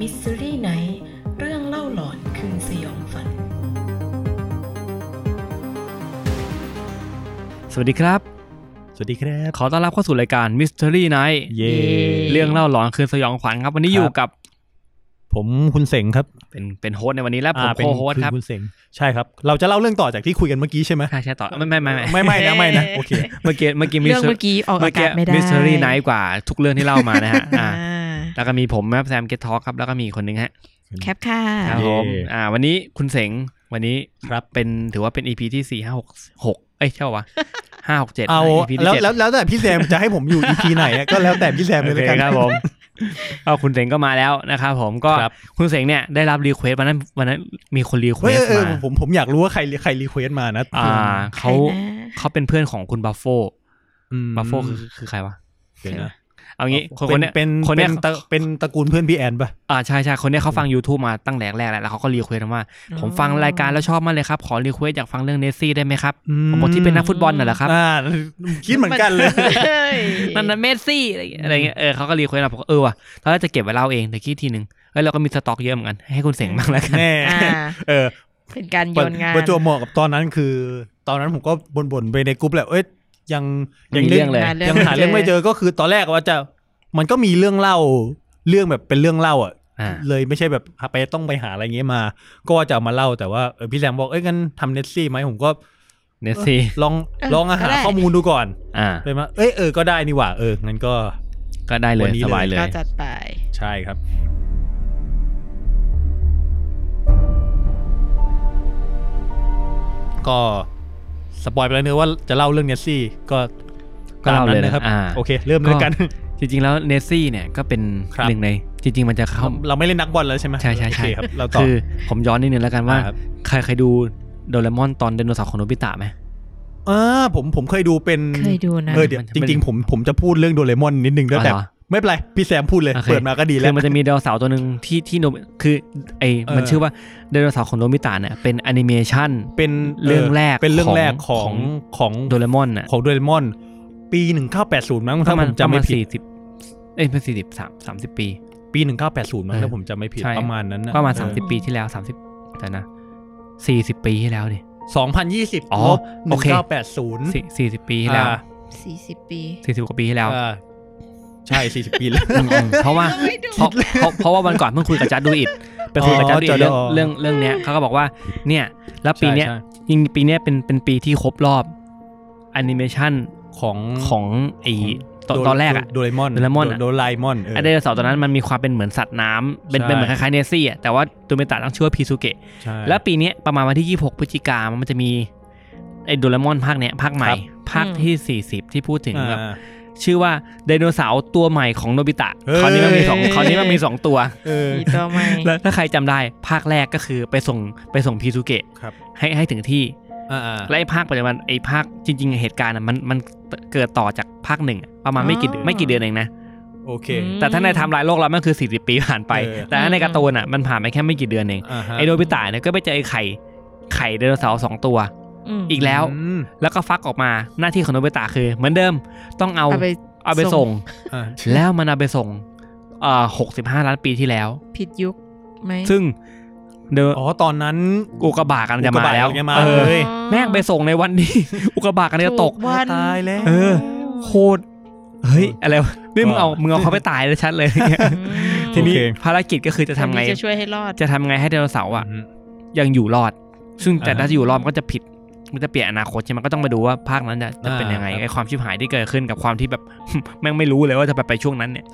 มิสซิรี่ไนท์เรื่องเล่าหลอนคืนสยองฝัน สวัสดีครับ สวัสดีครับ ขอต้อนรับเข้าสู่รายการ Mystery Night เย่ เรื่องเล่าหลอนคืนสยองขวัญครับ วันนี้อยู่กับ ผมคุณเสงครับ เป็นเป็นโฮสต์ในวันนี้และผม อ่าเป็น โคโฮสต์ครับ ณเสงใช่ครับ เราจะเล่าเรื่องต่อจากที่คุยกันเมื่อกี้ใช่ไหม ใช่ใช่ต่อไม่ไม่ไม่ ไม่ไม่นะไม่นะโอเค เมื่อกี้เมื่อกี้ เรื่องเมื่อกี้ออก เมื่ อา อกี้ กาศไม่ได้ Mystery Night กว่าทุกเรื่องที่เล่ามานะฮะ อ่า อ่าแล้วก็มีผมครับแซมเกตท็อกครับแล้วก็มีอีกคนนึงฮะ แคปค่ะ ครับผม เย่ อ่า วันนี้คุณเสงวันนี้ ครับ เป็นถือว่าเป็น EP ที่สี่ห้าหกหกเอ้ยใช่ปะวะห้าหกเจ็ด เอา EP ที่ แล้ว เจ็ด แล้วแล้วแต่พี่แซมจะให้ผมอยู่ EP ไหนอะก็แล้วแต่พี่แซมเลย โอ ละ เค กัน ครับผม เอาคุณเสงก็มาแล้วนะครับผมก็ ครับ คุณเสงเนี่ยได้รับรีเควสวันนั้นวันนั้นมีคนรีเคว เฮ้ย ส เออเออ มา ผมผมอยากรู้ว่าใครใครรีเควสมานะ อ่าเขา ใครนะ เขาเป็นเพื่อนของคุณบัฟโฟ อืม บัฟโฟคือคือใครวะ เดี๋ยวนะ เอางี้คน เป็ คน น เนี้ย เป็น คนเนี้ย เป็นตระเป็นตระกูลเพื่อนพี่แอนป่ะ อ่าใช่ใช่คนเนี้ยเขาฟัง YouTube มาตั้งแต่แรกแล้วแล้วเขาก็รีเควสมาว่าผมฟังรายการแล้วชอบมากเลยครับ ขอรีเควสอยากฟังเรื่องเนซี่ได้ไหมครับผมบอกที่เป็นนักฟุตบอลน่ะเหรอครับ อ่าคิดเหมือนกันเลย นั่นนะเมสซี่อะไรอย่างเงี้ยอะไรเงี้ยเออเขาก็รีเควสมาผมก็เออว่ะตอนแรกจะเก็บไว้เล่าเองแต่คิดทีนึงเอ้ยเราก็มีสต็อกเยอะเหมือนกันให้คุณเสงบ้างแล้วกัน แน่ อ่า เออ เป็นการโยนงาน ประจวบเหมาะกับตอนนั้นคือ ตอนนั้นผมก็บ่นๆไปในกลุ่มแหละเอ้ยยังยั มีเรื่องเลย หาเรื่อง ยังหา ไม่เจอ เรื่องไม่เจอก็คือตอนแรกว่าจะมันก็มีเรื่องเล่าเรื่องแบบเป็นเรื่องเล่าอ่ะ อ่า เลยไม่ใช่แบบไปต้องไปหาอะไรเงี้ยมา ก็ว่าจะเอามาเล่าแต่ว่าเออพี่แซมบอกเอ้ยงั้นทำเนสซี่ไหมผมก็ เนสซี่ ลอง เออ ลอง ก็ หา ได้ ข้อมูลดูก่อน อ่า เลยมาเอ้ยเออก็ได้นี่หว่าเอองั้นก็ ก็ได้เล วั ย นนี้ ส เลย บายเลย ก็จัดไป ใช่ครับ ก็สปอยไปแล้วเนื้อะว่าจะเล่าเรื่องเนสซี่ก็ ก็เล่าเลยนะ ตมนะครับ อ่า โอเค เริ่มเลยกัน จริงๆแล้วเนสซี่เนี่ยก็เป็น ครับ หนึ่งใน จริง ๆ มันจะเข้า เราไม่เล่นนักบอลแล้วใช่ไหม ใช่ใช่ใช่ โอเคครับ เราต่อ คือผมย้อนนิดนึงแล้วกันว่า อ่าครับ ใครใครดูโดเรมอนตอนไดโนเสาร์ของโนบิตะไหม เออผมผมเคยดูเป็น เคยดูนะ เออเดี๋ยว มันจะ จ เป็น ริง ๆ ผมผมจะพูดเรื่องโดเรมอนนิดนึงด้วยแต่ อ๋อเหรอ ไม่เป็นไร พี่แซมพูดเลย โอเค เปิดมาก็ดีแล้ คื ว อมันจะมีไดโนเสาร์ตัวหนึ่งที่ที่โนบิคือไอ เออ มันชื่อว่าไดโนเสาร์ของโนบิตะเนี่ยเป็นแอนิเมชัน เป็น เรื่องแรก เป็นเรื่องแรก ข ข อ อง งของ โดเรมอนน่ะ ของโดเรมอน ปีหนึ่งเก้าแปดศูนย์มั้งถ้าผมจำไม่ผิด สี่สิบเอ้ยเป็นสี่สิบสามสามสิบปี ปี 1980เอมั้งอ ถ้าผมจำไม่ผิด ใช่ ประมาณนั้นนะ ประมาณ เออ สามสิบปีที่แล้วสามสิบแต่นะสี่สิบปีที่แล้วดิ 2020 อ๋อ ลบ โอเค 1980 สี่สิบปีที่แล้ว อ่า สี่สิบปี สี่สิบกว่าปีที่แล้ว อ่าใช่ 40 ปีแล้ว อืมเพราะว่าเพราะเพราะเพราะว่าวันก่อนเพิ่งคุยกับจัดดูอิดไปคุยกับจัดดูอิด อ๋อ เรื่อง Jaddu เรื่องเรื่องเนี้ยเขาก็บอกว่าเนี่ย แล้วปีเนี้ย ใช่ใช่ ยิงปีเนี้ยเป็นเป็นปีที่ครบรอบแอนิเมชัน ของ ของไอตอนตอนแรกอะ โดเรมอน โดเรมอนอะ โดไลมอนเออ ไอไดโนเสาร์ตอนนั้นมันมีความเป็นเหมือนสัตว์น้ำเป็น ใช่ เป็นเหมือนคล้ายๆเนสซี่อะแต่ว่าตัวเมตาตั้งชื่อว่าพีซูเกะ ใช่ แล้วปีเนี้ยประมาณวันที่ 26พฤศจิกามันจะมีไอโดเรมอนภาคเนี้ยภาคใหม่ ภาคที่ 40 ที่พูดถึงแบบ อ่า ชื่อว่าไดโนเสาร์ตัวใหม่ของโนบิตะ เฮ้ย คราวนี้มันมีสองคราวนี้มันมีสองตัว เออ มีตัวใหม่ แล้วถ้าใครจำได้ภาคแรกก็คือไปส่งไปส่งพีซูเกะ ครับ ให้ให้ถึงที่ อ่าอ่า และไอ้ภาคปัจจุบันไอ้ภาคจริง ๆ เหตุการณ์อะมันมันเกิดต่อจากภาคหนึ่งอะประมาณไม่กี่ อ๋อ ไม่กี่เดือนเองนะ โอเค อืม แต่ถ้าในไทำลายโลกเรามันคือ 40 ปีผ่านไป เออ แต่ถ้าในการ์ตูนอ่ะมันผ่านไปแค่ไม่กี่เดือนเอง อ่าฮะ ไอโดบิตะเนี่ยก็ไปเจอไอ้ไข่ไข่ไดโนเสาร์สองตัว ม อีกแล้ว อืม แล้วก็ฟักออกมาหน้าที่ของโนบิตะคือเหมือนเดิมต้องเอา เอาไป เอาไป ส่ ส่ง ง อ่า แล้วมันเอาไปส่งเอ่อหกสิบห้าล้านปีที่แล้ว ผิดยุคไหม ซึ่งเดอะ อ๋อตอนนั้น อุกกาบาตกันจะมาแล้ว อุกกาบาตกันจะมา เออ เลย แม่งไปส่งในวันที่ อุกกาบาตกันจะตก ถูวัน ตายแล้ว เออ โคตรเฮ้ย อะไรวะนี่มึงเอามึงเอาเขาไปตายเลยชัดเลย อืม ทีนี้ โอเค ภารกิจก็คือจะทำไง คนจะช่วยให้รอด จะทำไงให้ไดโนเสาร์อ่ะ อืม ยังอยู่รอด ซึ่งแต่ อ่าฮะ ถ้าจะอยู่รอดมันก็จะผิด มันจะเปลี่ยนอนาคตใช่ไหมก็ต้องมาดูว่าภาคนั้นจะจะเป็นยังไง อ่าครับ ไอความชิบหายที่เกิดขึ้นกับความที่แบบ แม่งไม่รู้เลยว่าจะไปไปช่วงนั้นเนี่ย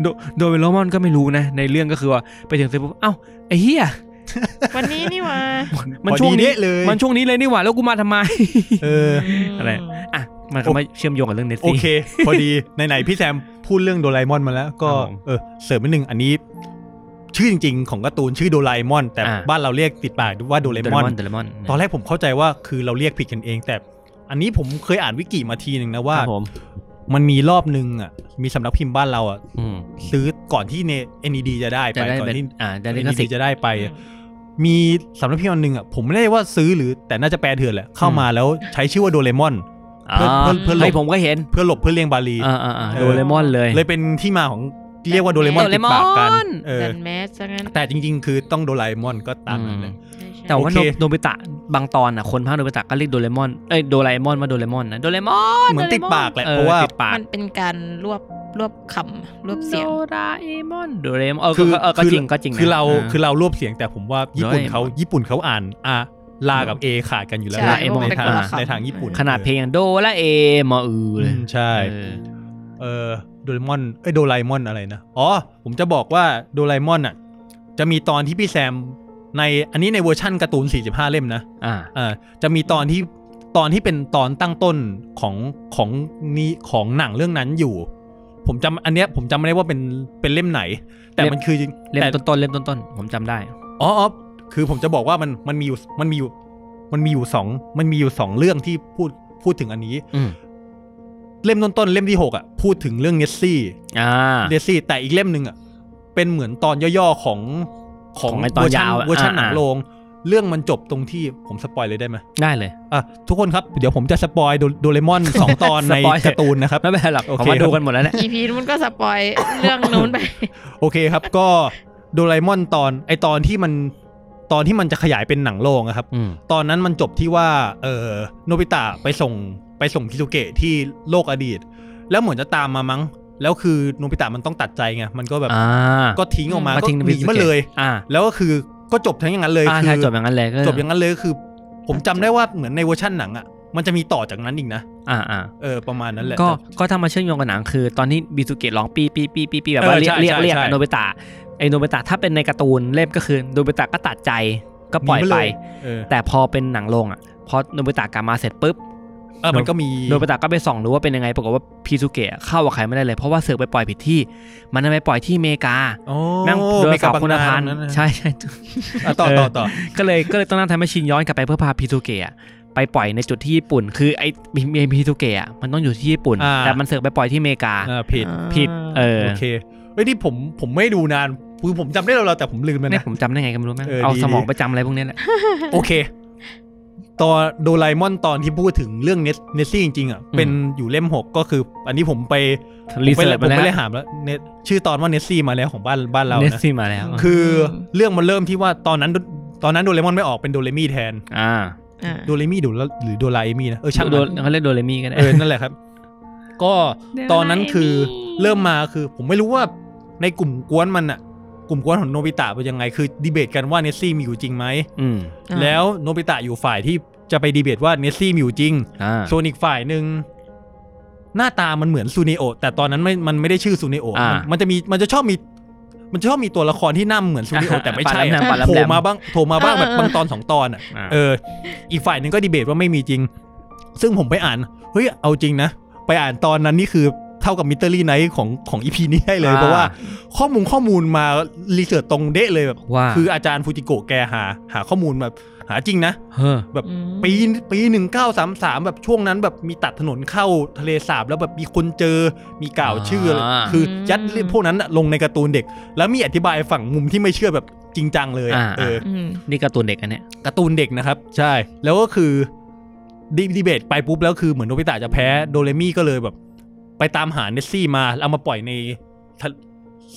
โดโดยเวลมอนก็ไม่รู้นะ ในเรื่องก็คือว่าไปถึงเสร็จปุ๊บเอ้าไอ้เหี้ย วันนี้นี่หว่า มัน พอดี ช่วงนี้ เดะเลย มันช่วงนี้เลยนี่หว่าแล้วกูมาทำไม เอ อ อะไร อ่ะมันก็มาเชื่อมโยงกับเรื่องเนส โอ ซี่ เค พอดี ไหนๆพี่แซมพูดเรื่องโดราเอมอนมาแล้ว ก็ ครับผม เออเสริมนิดนึงอันนี้ ชื่อจริงๆ ของการ์ตูนชื่อโดราเอมอน แต่ อ่า บ้านเราเรียกติดปากว่าโดราเอมอน เดลมอน ตอนแรกผมเข้าใจว่าคือเราเรียกผิดกันเอง แต่ อันนี้ผมเคยอ่านวิกิมาทีหนึ่งนะว่า ครับผม มันมีรอบหนึ่งอ่ะมีสำนักพิมพ์บ้านเราอ่ะ อืม ซื้อก่อนที่เนเอ็นดีจะได้ไป จะได้ ก่อน เป็น ที่ อ่าจะได้ เอ็น ลิขสิท ดี ธิ์ จะได้ไป อืม มีสำนักพิมพ์อันหนึ่งอ่ะผมไม่ได้ว่าซื้อหรือแต่น่าจะแปลเถื่อนแหละเข้ามาแล้วใช้ชื่อว่าโดเรมอน เพื่อเพื่อเพื่อหลบ ให้ยผมก็เห็น เพื่อหลบเพื่อเลี่ยงบาลี อ่าอ่าอ่า เออ โดเรมอนเลย เลยเป็นที่มาของเรียกว่าโดเรมอน โดเร ติด มอ ปากกันนเออ ดันแมสซะงั้น แต่จริงๆ คือต้องโดเรมอนก็ตามนั้นเลย ใช่ใช่ แต่ว่า โอเค โนโนบิตะบางตอนอ่ะคนภาคโนบิตะก็เรียกโดเรมอนเอ้ยโดราเอมอนว่าโดเรมอนนะโดเรมอน เหมือนติดปากแหละ ออ เพราะว่า ติดปาก มันเป็นการรวบรวบคำรวบเสียง โดราเอมอนโดเรมอนเออ คือ ก็เออก็ คือ จริงก็จริงนะ คือเรา า คือเรารวบเสียงแต่ผมว่าญี่ปุ่นเขา โดเรมอน ญี่ปุ่นเขาอ่านอาลากับเอขาดกันอยู่แล้ว ใช่ นะ ลาเอมอน ในทาง เป็นคนละคำ ในทางญี่ปุ่น ขนาดเพลงยังโดราเอมออือ อื เลย มใช่ เออ เออโดเรมอนเอ้ยโดไลมอนอะไรนะ อ๋อ ผมจะบอกว่าโดไลมอนอ่ะ จะมีตอนที่พี่แซมในอันนี้ในเวอร์ชั่นการ์ตูน 45 เล่มนะ อ่า เออจะมีตอนที่ตอนที่เป็นตอนตั้งต้นของของนี้ของหนังเรื่องนั้นอยู่ ผมจำอันเนี้ยผมจำไม่ได้ว่าเป็นเป็นเล่มไหน แต่มันคือ เล่ม แต่ ต้นๆเล่มต้นๆผมจำได้ อ๋ออ๋อคือผมจะบอกว่ามันมันมีอยู่มันมีอยู่มันมีอยู่สองมันมีอยู่สองเรื่องที่พูดพูดถึงอันนี้ อืม เล่มต้นๆเล่มที่หกอ่ะพูดถึงเรื่องเนสซี่ อ่า เดซี่แต่อีกเล่มหนึ่งอ่ะเป็นเหมือนตอนย่อๆของ ของไอ้ตอน เวอร์ชัน ยาวอะ เวอร์ชัน อ่า หนังโรงเรื่องมันจบตรงที่ผมสปอยเลยได้ไหม ได้เลย อ่ะทุกคนครับเดี๋ยวผมจะสปอยโดโดเรมอน สองต อนสในปอย การ์ตูนนะครับ ไม่เป็นไรหรอก โอ ผม เค ว่า ครับ ดูกันหมดแล้วแหละ EP นู้นก็สปอยเรื่องนู้นไป โอเคครับ ก็โดเรมอนตอนไอตอนที่มันตอนที่มันจะขยายเป็นหนังโรงอะครับ อืม ตอนนั้นมันจบที่ว่าเออโนบิตะไปส่งไปส่งคิซุเกะที่โลกอดีต แล้วเหมือนจะตามมามั้ง แล้วคือโนบิตะมันต้องตัดใจไงมันก็แบบ อ่า ก็ทิ้งออกมา ก็ ก็ ทิ้ง หนีมาเลย อ่า แล้วก็คือก็จบทั้งอย่างนั้นเลย อ่า คื ใช่จบอย่างนั้นเลยก็ จบอย่างนั้นเลยก็คือ ผมจำได้ว่าเหมือนในเวอร์ชั่นหนังอ่ะมันจะมีต่อจากนั้นอีกนะ อ่าอ่า เออประมาณนั้นแหละ ก็ก็ถ้ามาเชื่อมโยงกับหนังคือ ตอนที่บิสุเกะร้องปีปีปีปีปีแบบว่า เออ เรียก ใช่ เรียก ใช่ เรียกอะใช่โนบิตะไอโนบิตะถ้าเป็นในการ์ตูนเล่มก็คือโนบิตะก็ตัดใจก็ปล่อย หนีไปไปเลย เออ แต่พอเป็นหนังโรงอ่ะพอโนบิตะกลับมาเสร็จปุ๊บ เออมันก็มี โนบิตะก็ไปส่องดูว่าเป็นยังไงปรากฏว่าพีซูเกะเข้ากับใครไม่ได้เลยเพราะว่าเสือกไปปล่อยผิดที่ มันดันไปปล่อยที่อเมริกา โอ้ แม่งโดยสากเมาว บาง คุณ นา พันธ์ ตรงะ ใช่ ใช่ อ่ะต่อต่อต่อ ก็เลยก็เลยต้องนั่งทำแมชชีนย้อนกลับไปเพื่อพาพีทูเกะอะไปปล่อยในจุดที่ญี่ปุ่น คือไอ้พีทูเกะอะมันต้องอยู่ที่ญี่ปุ่น อ่า แต่มันเสือกไปปล่อยที่อเมริกา เออผิด ผิดเออ โอเคเฮ้ยนี่ผมผมไม่ดูนานคือผมจำได้เราๆแต่ผมลืมแล้ว เนี่ย นะ ผมจำได้ไงกันไม่รู้แม่ง เออ เอา ดี สมองไปจำอะไรพวกเนี้ยแหละ โอเค ตอนโดไลมอนตอนที่พูดถึงเรื่องเนสเนสซี่จริงๆอ่ะเป็นอยู่เล่มหกก็คือ อันนี้ผมไป รี ผม เสิ ไป ร์ผมชามแล้ว ไปได้หามแล้วเนสชื่อตอนว่าเนสซี่มาแล้วของบ้านบ้านเรา เนส นะ ซี่มาแล้ว คืออ ม เรื่องมันเริ่มที่ว่าตอนนั้นโดตอนนั้นโดเรมอนไม่ออกเป็นโดเรมี่แทน อ่า อ่า โดเรมี่ดูแล้วหรือโดราเอมี่นะเออช่าง โด มัน น เขาเรียกโดเรมีกัน เออนั่นแหละครับ ก็ตอนนั้นคือเริ่มมาคือ ผมไม่รู้ว่าในกลุ่มกวนมันอะกลุ่มกวนของโนบิตะเป็นยังไง คือดีเบตกันว่าเนสซี่มีอยู่จริงไหม อืม อ่า แล้วโนบิตะอยู่ฝ่ายที่จะไปดีเบตว่าเนสซี่มีอยู่จริง อ่า ส่วนอีกฝ่ายหนึ่งหน้าตามันเหมือนซูเนโอะแต่ตอนนั้นไม่มันไม่ได้ชื่อซูเนโอะ ามั นมันจะมีมันจะชอบมี มันจะชอบมีตัวละครที่หน้าเหมือนซูเน โอะแต่ไม่ใช่อะ ปัดลำ โผ แหล ล่ ม มาบ้างโผล่มาบ้าง เออ แบบ เออ บางตอนสองตอนอ่ะ อ่า เออ อีกฝ่ายหนึ่งก็ดีเบตว่าไม่มีจริง ซึ่งผมไปอ่าน เฮ้ย เอาจริงนะ ไปอ่านตอนนั้นนี่คือเท่ากับมิเตอรี่ไนท์ของของอีพีนี้ได้เลย เพราะว่าข้อมูลข้อมูลมารีเสิร์ชตรงเดะเลยแบบ ว่า คืออาจารย์ฟูจิโกะแกหา หาข้อมูลแบบหาจริงนะ เฮ้อ แบบปีปีหนึ่งเก้าสามสามแบบช่วงนั้นแบบมีตัดถนนเข้าทะเลสาบแล้วแบบมีคนเจอมีกล่าวชื่ออะไรคือยัดเรื่องพวกนั้นอะลงในการ์ตูนเด็ก แล้วมีอธิบายฝั่งมุมที่ไม่เชื่อแบบจริงจังเลยอะเออ อืม นี่การ์ตูนเด็กอันเนี้ย การ์ตูนเด็กนะครับ ใช่ แล้วก็คือดีดีเบตไปปุ๊บแล้วคือเหมือนโนบิตะจะแพ้โดเรมี่ก็เลยแบบ ไปตามหาเนสซี่มาแล้วเอามาปล่อยในทะ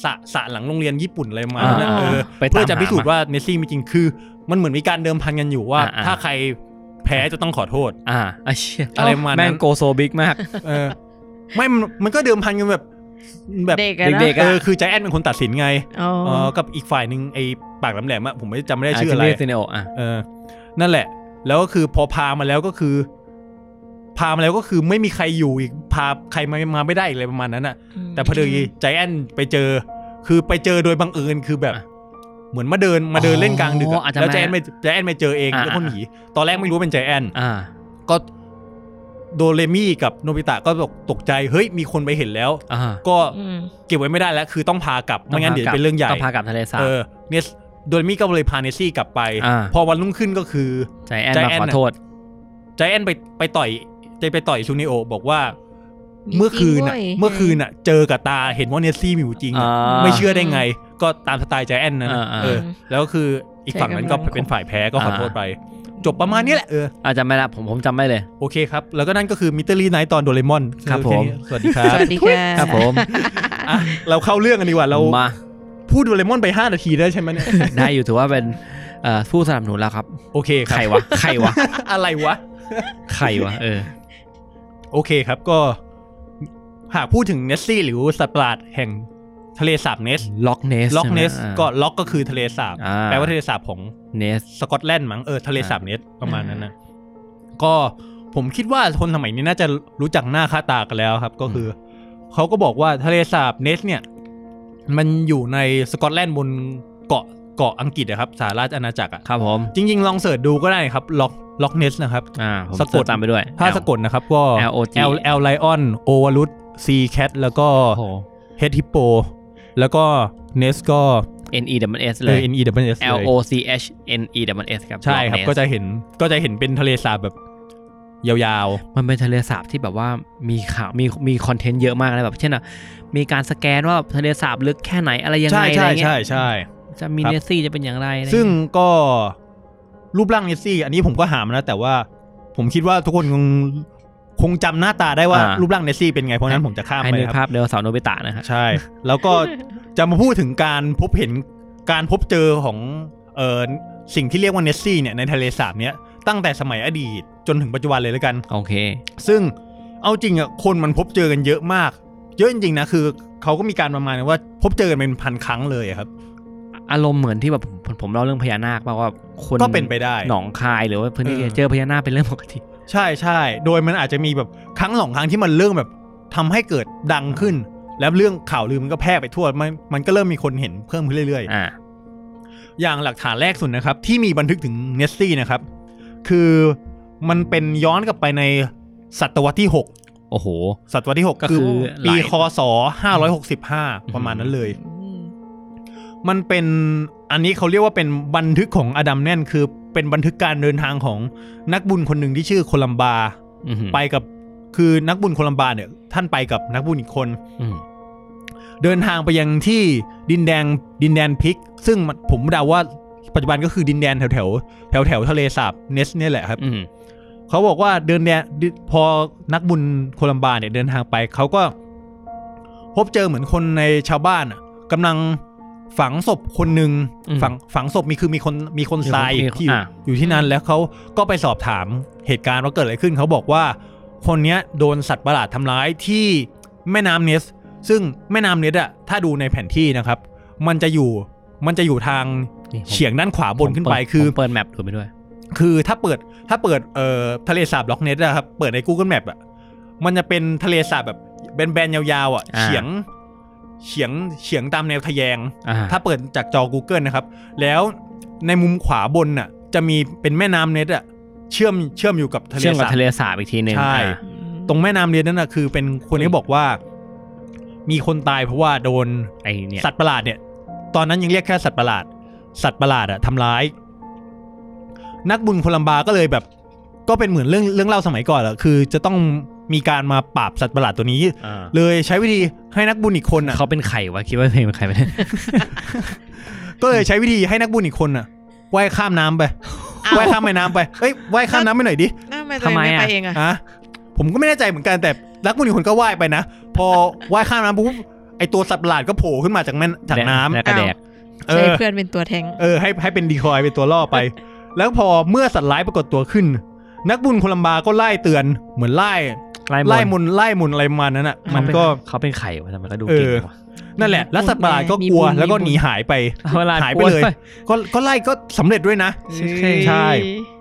สระสระหลังโรงเรียนญี่ปุ่นอะไรประมาณนั้นนะ อ่า เออ ไปตาม เพื่อจะพิสูจน์ ห ว่าเนสซี่มีจริงคือ มันเหมือนมีการเดิมพันกันอยู่ว่า อ่าๆ ถ้าใครแพ้จะต้องขอโทษ อ่าอ่ะเชี่ย อะไรประมาณนั้น แม่งโกโซบิ๊กมาก เออ ไม่มันมันก็เดิมพันกันแบบ แบบ เด็กอะนะ เด็ก ๆะ เออคือใจแอนเป็นคนตัดสินไง อ๋อ เออกับอีกฝ่ายหนึ่งไอ้ปากแหลมๆอะผมไม่จำไม่ได้ชื่ออะไร ซีเนโอะอ่ะ เออ นั่นแหละ แล้วก็คือพอพามาแล้วก็คือ พามาแล้วก็คือไม่มีใครอยู่อีก พาใครมามาไม่ได้อีกเลยประมาณนั้นน่ะ ม แต่พอดีใจแอนไปเจอ คือไปเจอโดยบังเอิญคือแบบ เหมือนมาเดินมาเดินเล่นกลางดึกอะแล้วใจแอนไปใจแอนไปเจอเองแล้วก็หนี ตอนแรกไม่รู้ว่าเป็นใจแอน อ่า ก็โดเรมี่กับโนบิตะก็ตกตกใจ เฮ้ย มีคนไปเห็นแล้ว อ่า ก็ อืม เก็บไว้ไม่ได้แล้ว คือต้องพากลับ ไม่งั้นเดี๋ยวเป็นเรื่องใหญ่ ต้องพากลับทะเลสาบ เออเนสโดยมี่ก็เลยพาเนสซี่กลับไป อ่า พอวันรุ่งขึ้นก็คือ ใจแอนมา Giant ขอโทษ ใจแอนไปไปต่อย จะไปต่อยซูเนโอบอกว่า เมื่อคืนน่ะ มีจริงด้วย เมื่อคืนน่ะ เจอกับตาเห็นว่าเนสซี่มีอยู่จริงน่ะ อ่า ไม่เชื่อได้ไง ก็ตามสไตล์ใจแอนนะนะ อ่าๆ เออ แล้วก็คืออีกฝั่งนั้นก็เป็นฝ่ายแพ้ก็ขอโทษไป จบประมาณนี้แหละเออ อาจจะไม่ละผมผมจำไม่เลย โอเคครับ แล้วก็นั่นก็คือมิ t เตอร์ลีไนท์ตอนโดเรมอน ครับผม สวัสดีครับ สวัสดีค่ะ ครับผม อ่ะเราเข้าเรื่องกันดีกว่า เรา มา พูดโดเรมอนไป 5 นาทีได้ใช่ไหมเนี่ย ได้อยู่ถือว่าเป็นเอ่อผู้สนับสนุนแล้วครับ โอเคครับ ใครวะใครวะ อะไรวะ ใครวะเออ โอเคครับก็ หากพูดถึงเนสซี่หรือสัตว์ประหลาดแห่งทะเลสาบเนส ล็อกเนส ล็อกเนส ใช่ไหม ก็ล็อกก็คือทะเลสาบ อ่ แปลว่าทะเลสาบของ เนส สกอตแลนด์มั้งเออทะเลสาบเนสประมาณนั้นนะก็ผมคิดว่าคนสมัยนี้น่าจะรู้จักหน้าค่าตากันแล้วครับ ก็คือเขาก็บอกว่าทะเลสาบเนสเนี่ย มันอยู่ในสกอตแลนด์บนเกาะเกาะอังกฤษนะครับสหราชอาณาจักรอะ ครับผม จริง ๆ ลองเสิร์ชดูก็ได้ครับล็อกล็อกเนสนะครับ อ่าผม สะกด ตามไปด้วย ถ้าสะกดนะครับก็ L O G L L Lion O v a l u t C Cat แล้วก็ โอ้โห Head Hippo แล้วก็ Nest ก็ N E W S เลย N E W S L O C H N E W S ครับ ใช่ครับ Loch Ness ก็จะเห็นก็จะเห็นเป็นทะเลสาบแบบยาว มันเป็นทะเลสาบที่แบบว่ามีข่าวมีมีคอนเทนต์เยอะมากนะแบบ เช่นอ่ะมีการสแกนว่าทะเลสาบลึกแค่ไหนอะไรยั ๆ งไงอะใช่ไร ใช่ เงี้ ใช่ ย ใช่ จะมี ครับ เนสซี่จะเป็นอย่างไรอะไรเย ซึ่งก็รูปร่างเนสซี่ อันนี้ผมก็หามาแล้วแต่ว่าผมคิดว่าทุกคนคงคงจำหน้าตาได้ว่ารูปร่างเนสซี่เป็นไง เพราะฉะนั้นผมจะข้าม ให้ ไป นึก ครับ ภาพเดลเสาร์โนบิตะนะครับ ใช่ แล้วก็จะมาพูดถึงการพบเห็นการพบเจอของเออสิ่งที่เรียกว่าเนสซี่เนี่ยในทะเลสาบเนี้ยตั้งแต่สมัยอดีตจนถึงปัจจุบันเลยแล้วกัน โอเค ซึ่งเอาจริงอ่ะคนมันพบเจอกันเยอะมาก เยอะจริงๆนะคือเขาก็มีการประมาณว่าพบเจอกันเป็นพันครั้งเลยอะครับ อารมณ์เหมือนที่แบบผมผมเล่าเรื่องพญานาคป่าว่าคน ก็เป็นไปได้ หนองคายหรือว่าพื้นที่ เออ เจอพญานาคเป็นเรื่องปกติ ใช่ใช่โดยมันอาจจะมีแบบครั้งสองครั้งที่มันเริ่มแบบทำให้เกิดดังขึ้น แล้วเรื่องข่าวลือมันก็แพร่ไปทั่วมันมันก็เริ่มมีคนเห็นเพิ่มขึ้นเรื่อย อ่า ๆ อย่างหลักฐานแรกสุดนะครับ ที่มีบันทึกถึงเนสซี่นะครับ คือมันเป็นย้อนกลับไปในศตวรรษที่ 6 โอ้โห ศตวรรษที่ 6 ก็ ก็ คื คือ อหปีลาย คศ565 ประมาณนั้นเลย อืม มันเป็นอันนี้เขาเรียกว่าเป็นบันทึกของอดัมแน่น คือเป็นบันทึกการเดินทางของนักบุญคนหนึ่งที่ชื่อโคลัมบา อือหือ ไปกับคือนักบุญโคลัมบาเนี่ย ท่านไปกับนักบุญอีกคน อืม เดินทางไปยังที่ดินแดงดินแดนพิก ซึ่งมันผมเดาว่าปัจจุบันก็คือดินแดนแถวแถวแถวแถวๆทะเลสาบเนสเนี่ยแหละครับ อืม เขาบอกว่าเดินแดนดิพอนักบุญโคลัมบาเนี่ยเดินทางไป เขาก็ พบเจอเหมือนคนในชาวบ้านอะกำลังฝังศพคนหนึ่งฝังฝังศพมีคือมีคนมีคนตายที่อยู่ อ่า อยู่ที่นั่นแล้วเขาก็ไปสอบถามเหตุการณ์ว่าเกิดอะไรขึ้น เขาบอกว่า คนเนี้ยโดนสัตว์ประหลาดทำร้ายที่แม่น้ำเนส ซึ่งแม่น้ำเนสอะถ้าดูในแผนที่นะครับ มันจะอยู่มันจะอยู่ทาง นี่ผม เฉียงด้านขวาบนขึ้นไป ผมเด คือ ผมเปิดแมปดูไปด้วย คือถ้าเปิดถ้าเปิดเอ่อทะเลสาบล็อกเนสอะครับเปิดใน Google Map อะมันจะเป็นทะเลสาบแบบแบนๆยาวๆอะ อ่า เฉียงเฉียงเฉียงตามแนวทะแยง อ่า ถ้าเปิดจากจอ Google นะครับ แล้วในมุมขวาบนน่ะ จะมีเป็นแม่น้ำเนตอ่ะ เชื่อมเชื่อมอยู่กับทะเล เชื่อมกับ สาบ ทะเลสาบอีกทีหนึ่ง ใช่ อ่า ตรงแม่น้ำเนตนั่นน่ะคือเป็นคนที่บอกว่า มีคนตายเพราะว่าโดน ไอเนี่ย สัตว์ประหลาดเนี่ย ตอนนั้นยังเรียกแค่สัตว์ประหลาด สัตว์ประหลาดอะทำร้าย นักบุญโคลัมบาก็เลยแบบ ก็เป็นเหมือนเรื่องเรื่องเล่าสมัยก่อนอะคือ จะต้องมีการมาปราบสัตว์ประหลาดตัวนี้ อ่า เลยใช้วิธีให้นักบุญอีกคนอะ เขาเป็นใครวะ คิดว่าเพลงเป็นใครไปเนี่ย ก็เลยใช้วิธีให้นักบุญอีกคนน่ะว่ายข้ามน้ำไปว่ายข้ามแม่น้ำไปเอ้ยว่ายข้ามน้ำไปหน่อยดิ น่าไม่ตัวเองไม่ไปเองอะ อะผมก็ไม่แน่ใจเหมือนกันแต่นักบุญอีกคนก็ว่ายไปนะพอว่ายข้ามน้ำปุ๊บไอตัวสัตว์ประหลาดก็โผล่ขึ้นมาจากแม่นจากน้ำ แล้วก็แดก เอ ใช้ อ เพื่อนเป็นตัวแทง เออให้ให้เป็นดีคอยเป็นตัว ล่อไป แล้วพอเมื่อสัตว์ร้ายปรากฏตัวขึ้น นักบุญโคลัมบาก็ไล่เตือนเหมือนไล่ไล่มนต์ไล่มนต์อะไรประมาณนั้นอ่ะ อ่ามั มันก็ เขาเป็นใครวะทำไมก็ดู เออ เก่งจังวะ นั่นแหละแล้วสัตว์ประหลาดก็กลัวแล้วก็หนีหายไป เวล หายไปเลย ก็ก็ไล่ก็สำเร็จด้วยนะ ใช่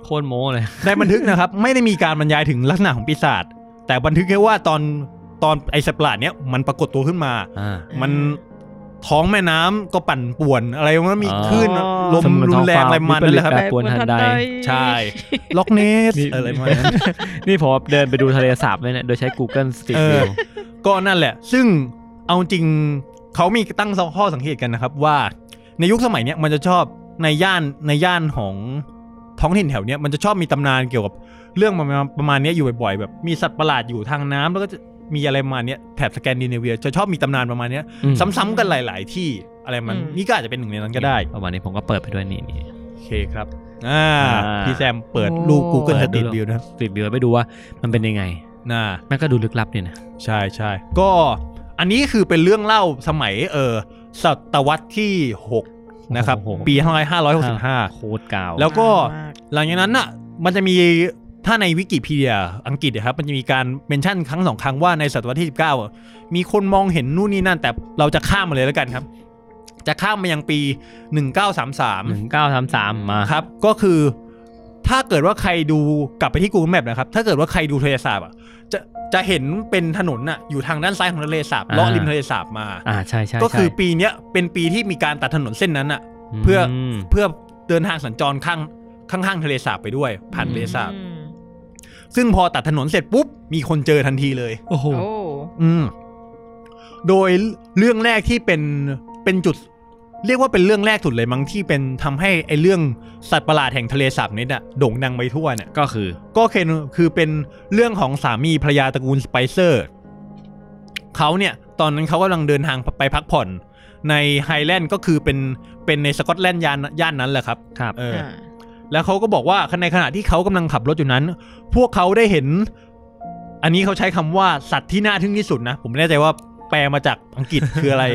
โคตรโม้เลย ในบันทึกนะครับ ไม่ได้มีการบรรยายถึงลักษณะของปีศาจแต่บันทึกแค่ว่าตอนตอนไอสัตว์ประหลาดเนี้ยมันปรากฏตัวขึ้นมา อ่า มันท้องแม่น้ำก็ปั่นป่วนอะไรมันมี อ๋อ คลื่นลม สเหอ รุนแรง ท้ฟ้ อะไรประมันนั่นแหละครับ วิปตแปรปรวนทันใด ใช่ล็อกเนสอะไรประมาณนั้น นี่ ผมเดินไปดูทะเลสาบเลยเนี่ย โดยใช้ Google Street เออ View ก็นั่นแหละ ซึ่งเอาจริงเขามีตั้งข้อสังเกตกันนะครับว่า ในยุคสมัยเนี้ยมันจะชอบในย่านในย่านของ ท้องถิ่นแถวเนี้ยมันจะชอบมีตำนานเกี่ยวกับเรื่องประมาณประมาณเนี้ยอยู่บ่อยๆแบบมีสัตว์ประหลาดอยู่ทางน้ำแล้วก็จะมีอะไรประมาณเนี้ยแถบสแกนดิเนเวียจะชอบมีตำนานประมาณเนี้ย อืม ซ้ำๆกันหลาย ๆ ที่อะไรมัน อืม นี่ก็อาจจะเป็นหนึ่งในนั้นก็ได้ ประมาณนี้ผมก็เปิดไปด้วยนี่นี่ โอเคครับอ่า อ่า พี่แซมเปิดรูป Google เปิด Street View นะครับ ติดเดือไปดูว่ามันเป็นยังไง น่า แม่งก็ดูลึกลับเนี่ยนะ ใช่ใช่ก็อันนี้คือเป็นเรื่องเล่าสมัยเออศตวรรษที่ 6 นะครับ โอ้โห ปี โค 2565 ตรเก่า แล้วก็ มาก หลังจากนั้นน่ะมันจะมีถ้าในวิกิพีเดียอังกฤษนะครับ มันจะมีการเมนชั่นครั้งสองครั้งว่าในศตวรรษที่ 19อ่ะมีคนมองเห็นนู่นนี่นั่น แต่เราจะข้ามมาเลยแล้วกันครับ จะข้ามมายังปีห1933นึ่งเก้าสามสามมา ครับก็คือถ้าเกิดว่าใครดูกลับไปที่ Google Map นะครับ ถ้าเกิดว่าใครดูทะเลสาบอ่ะจะจะเห็นเป็นถนนน่ะอยู่ทางด้านซ้ายของทะเลสาบเลาะริมทะเลสาบมา อ่าใช่ใช่ ก็คือ ใช่ ปีเนี้ยเป็นปีที่มีการตัดถนนเส้นนั้นอ่ะ เพื่ออ ม เพื่อเดินทางสัญจรข้างข้างๆทะเลสาบไปด้วย ผ่านทะเลสาบ อืม ซึ่งพอตัดถนนเสร็จปุ๊บ มีคนเจอทันทีเลย โอ้โห โอ้ อืมโดยเรื่องแรกที่เป็นเป็นจุด เรียกว่าเป็นเรื่องแรกสุดเลยมั้งที่เป็นทำให้ไอเรื่องสัตว์ประหลาดแห่งทะเลสาบนี้น่ะโด่งดังไปทั่วเนี่ย ก็คือ ก็เคนคือเป็นเรื่องของสามีภรรยาตระกูลสไปเซอร์เขาเนี่ย ตอนนั้นเขากำลังเดินทางไปพักผ่อน ในไฮแลนด์ก็คือเป็นเป็นในสกอตแลนด์ย่านย่านนั้นแหละครับ ครับ เออ แล้วเขาก็บอกว่าในขณะที่เขากำลังขับรถอยู่นั้น พวกเขาได้เห็น อันนี้เขาใช้คำว่าสัตว์ที่น่าทึ่งที่สุดนะ ผมไม่แน่ใจว่าแปลมาจากอังกฤษ คืออะไร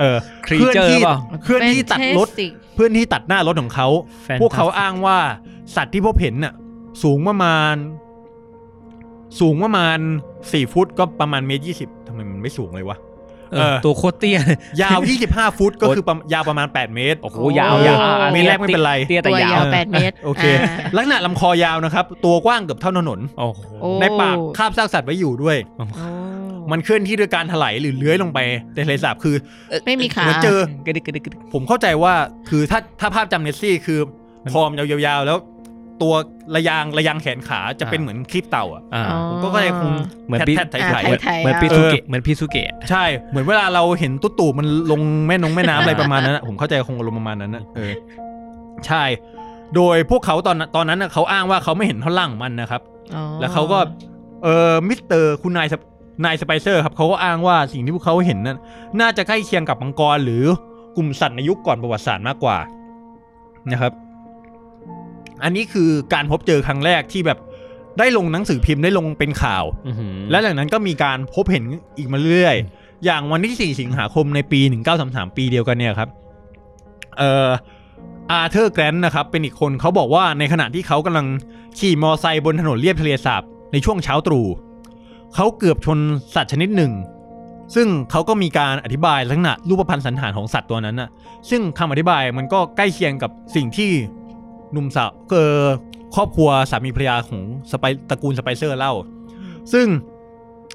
เออ Creature ลื่นที่ เปล่า เคลื่อนที่ตัดรถ Fantastic เพื่อนที่ตัดหน้ารถของเขา พวกเขาอ้างว่าสัตว์ที่พบเห็นน่ะ สูงประมาณ สูงประมาณสี่ฟุตก็ประมาณเมตรยี่สิบทำไมมันไม่สูงเลยวะ เออตัวโคตรเตี้ย ยาวยี่สิบห้า ฟุตก็คือประมาณยาวประมาณแปดเมตร โอ้โหยาว โอ้ ยาวอ่ะอ่ะ เมตรแรกไม่เป็นไร เตี้ย ตัวแต่ายยาว วแปดเมตร โอเค า ลักษณะลำคอยาวนะครับ ตัวกว้างเกือบเท่าถนน โอ้โห โอ้ ในปากคาบซากสัตว์ไว้อยู่ด้วย โอ้ มันเคลื่อนที่ด้วยการถลายหรือเลื้อยลงไปในทะเลสาบคือ ไม่มีขา เหมือนเจอ กระดิกกระดิกกระดิก ผมเข้าใจว่าคือถ้าถ้าภาพจำเนสซี่คือพอมยาวๆ แล้ว ตัวระยางระยางแขนขาจะเป็น อ่า เหมือนคลิปเต่าอ่ะ อ่า อ๋อ ผมก็เข้าใจคง เหมือน แทด ปี แทดไถ่ อ่า เหมือน ไทยๆ เหมือน อ่ะ พี่สุเกะ เออ เหมือนพี่สุเกะ ๆใช่ เหมือนเวลาเราเห็นตุ๊ตู่มันลงแม่นงแม่น้ำอะไรประมาณนั้นอะผมเข้าใจคงอารมณ์ประมาณนั้นนะเออใช่ โดยพวกเขาตอนนั้นตอนนั้นน่ะเขาอ้างว่าเขาไม่เห็นท่อนล่างของมันนะครับ อ๋อ แล้วเขาก็ เออมิสเตอร์คุณนายสไปนายสไปเซอร์ครับเขาก็อ้างว่าสิ่งที่พวกเขาเห็นนั้นน่าจะใกล้เคียงกับมังกรหรือกลุ่มสัตว์ในยุคก่อนประวัติศาสตร์มากกว่านะครับ อันนี้คือการพบเจอครั้งแรกที่แบบได้ลงหนังสือพิมพ์ได้ลงเป็นข่าว อื้อหือ และหลังนั้นก็มีการพบเห็นอีกมาเรื่อยๆ อย่างวันที่ 4 สิงหาคมในปี 1933 ปีเดียวกันเนี่ยครับ เอ่อ อาร์เธอร์แกรนต์นะครับ เป็นอีกคนเขาบอกว่าในขณะที่เขากำลังขี่มอไซค์บนถนนเลียบทะเลสาบในช่วงเช้าตรู่เขาเกือบชนสัตว์ชนิดหนึ่ง ซึ่งเขาก็มีการอธิบายลักษณะรูปพรรณสันฐานของสัตว์ตัวนั้นน่ะ ซึ่งคำอธิบายมันก็ใกล้เคียงกับสิ่งที่หนุ่มสาวเกอครอบครัวสามีภรรยาของสไปตระกูลสไปเซอร์เล่า ซึ่ง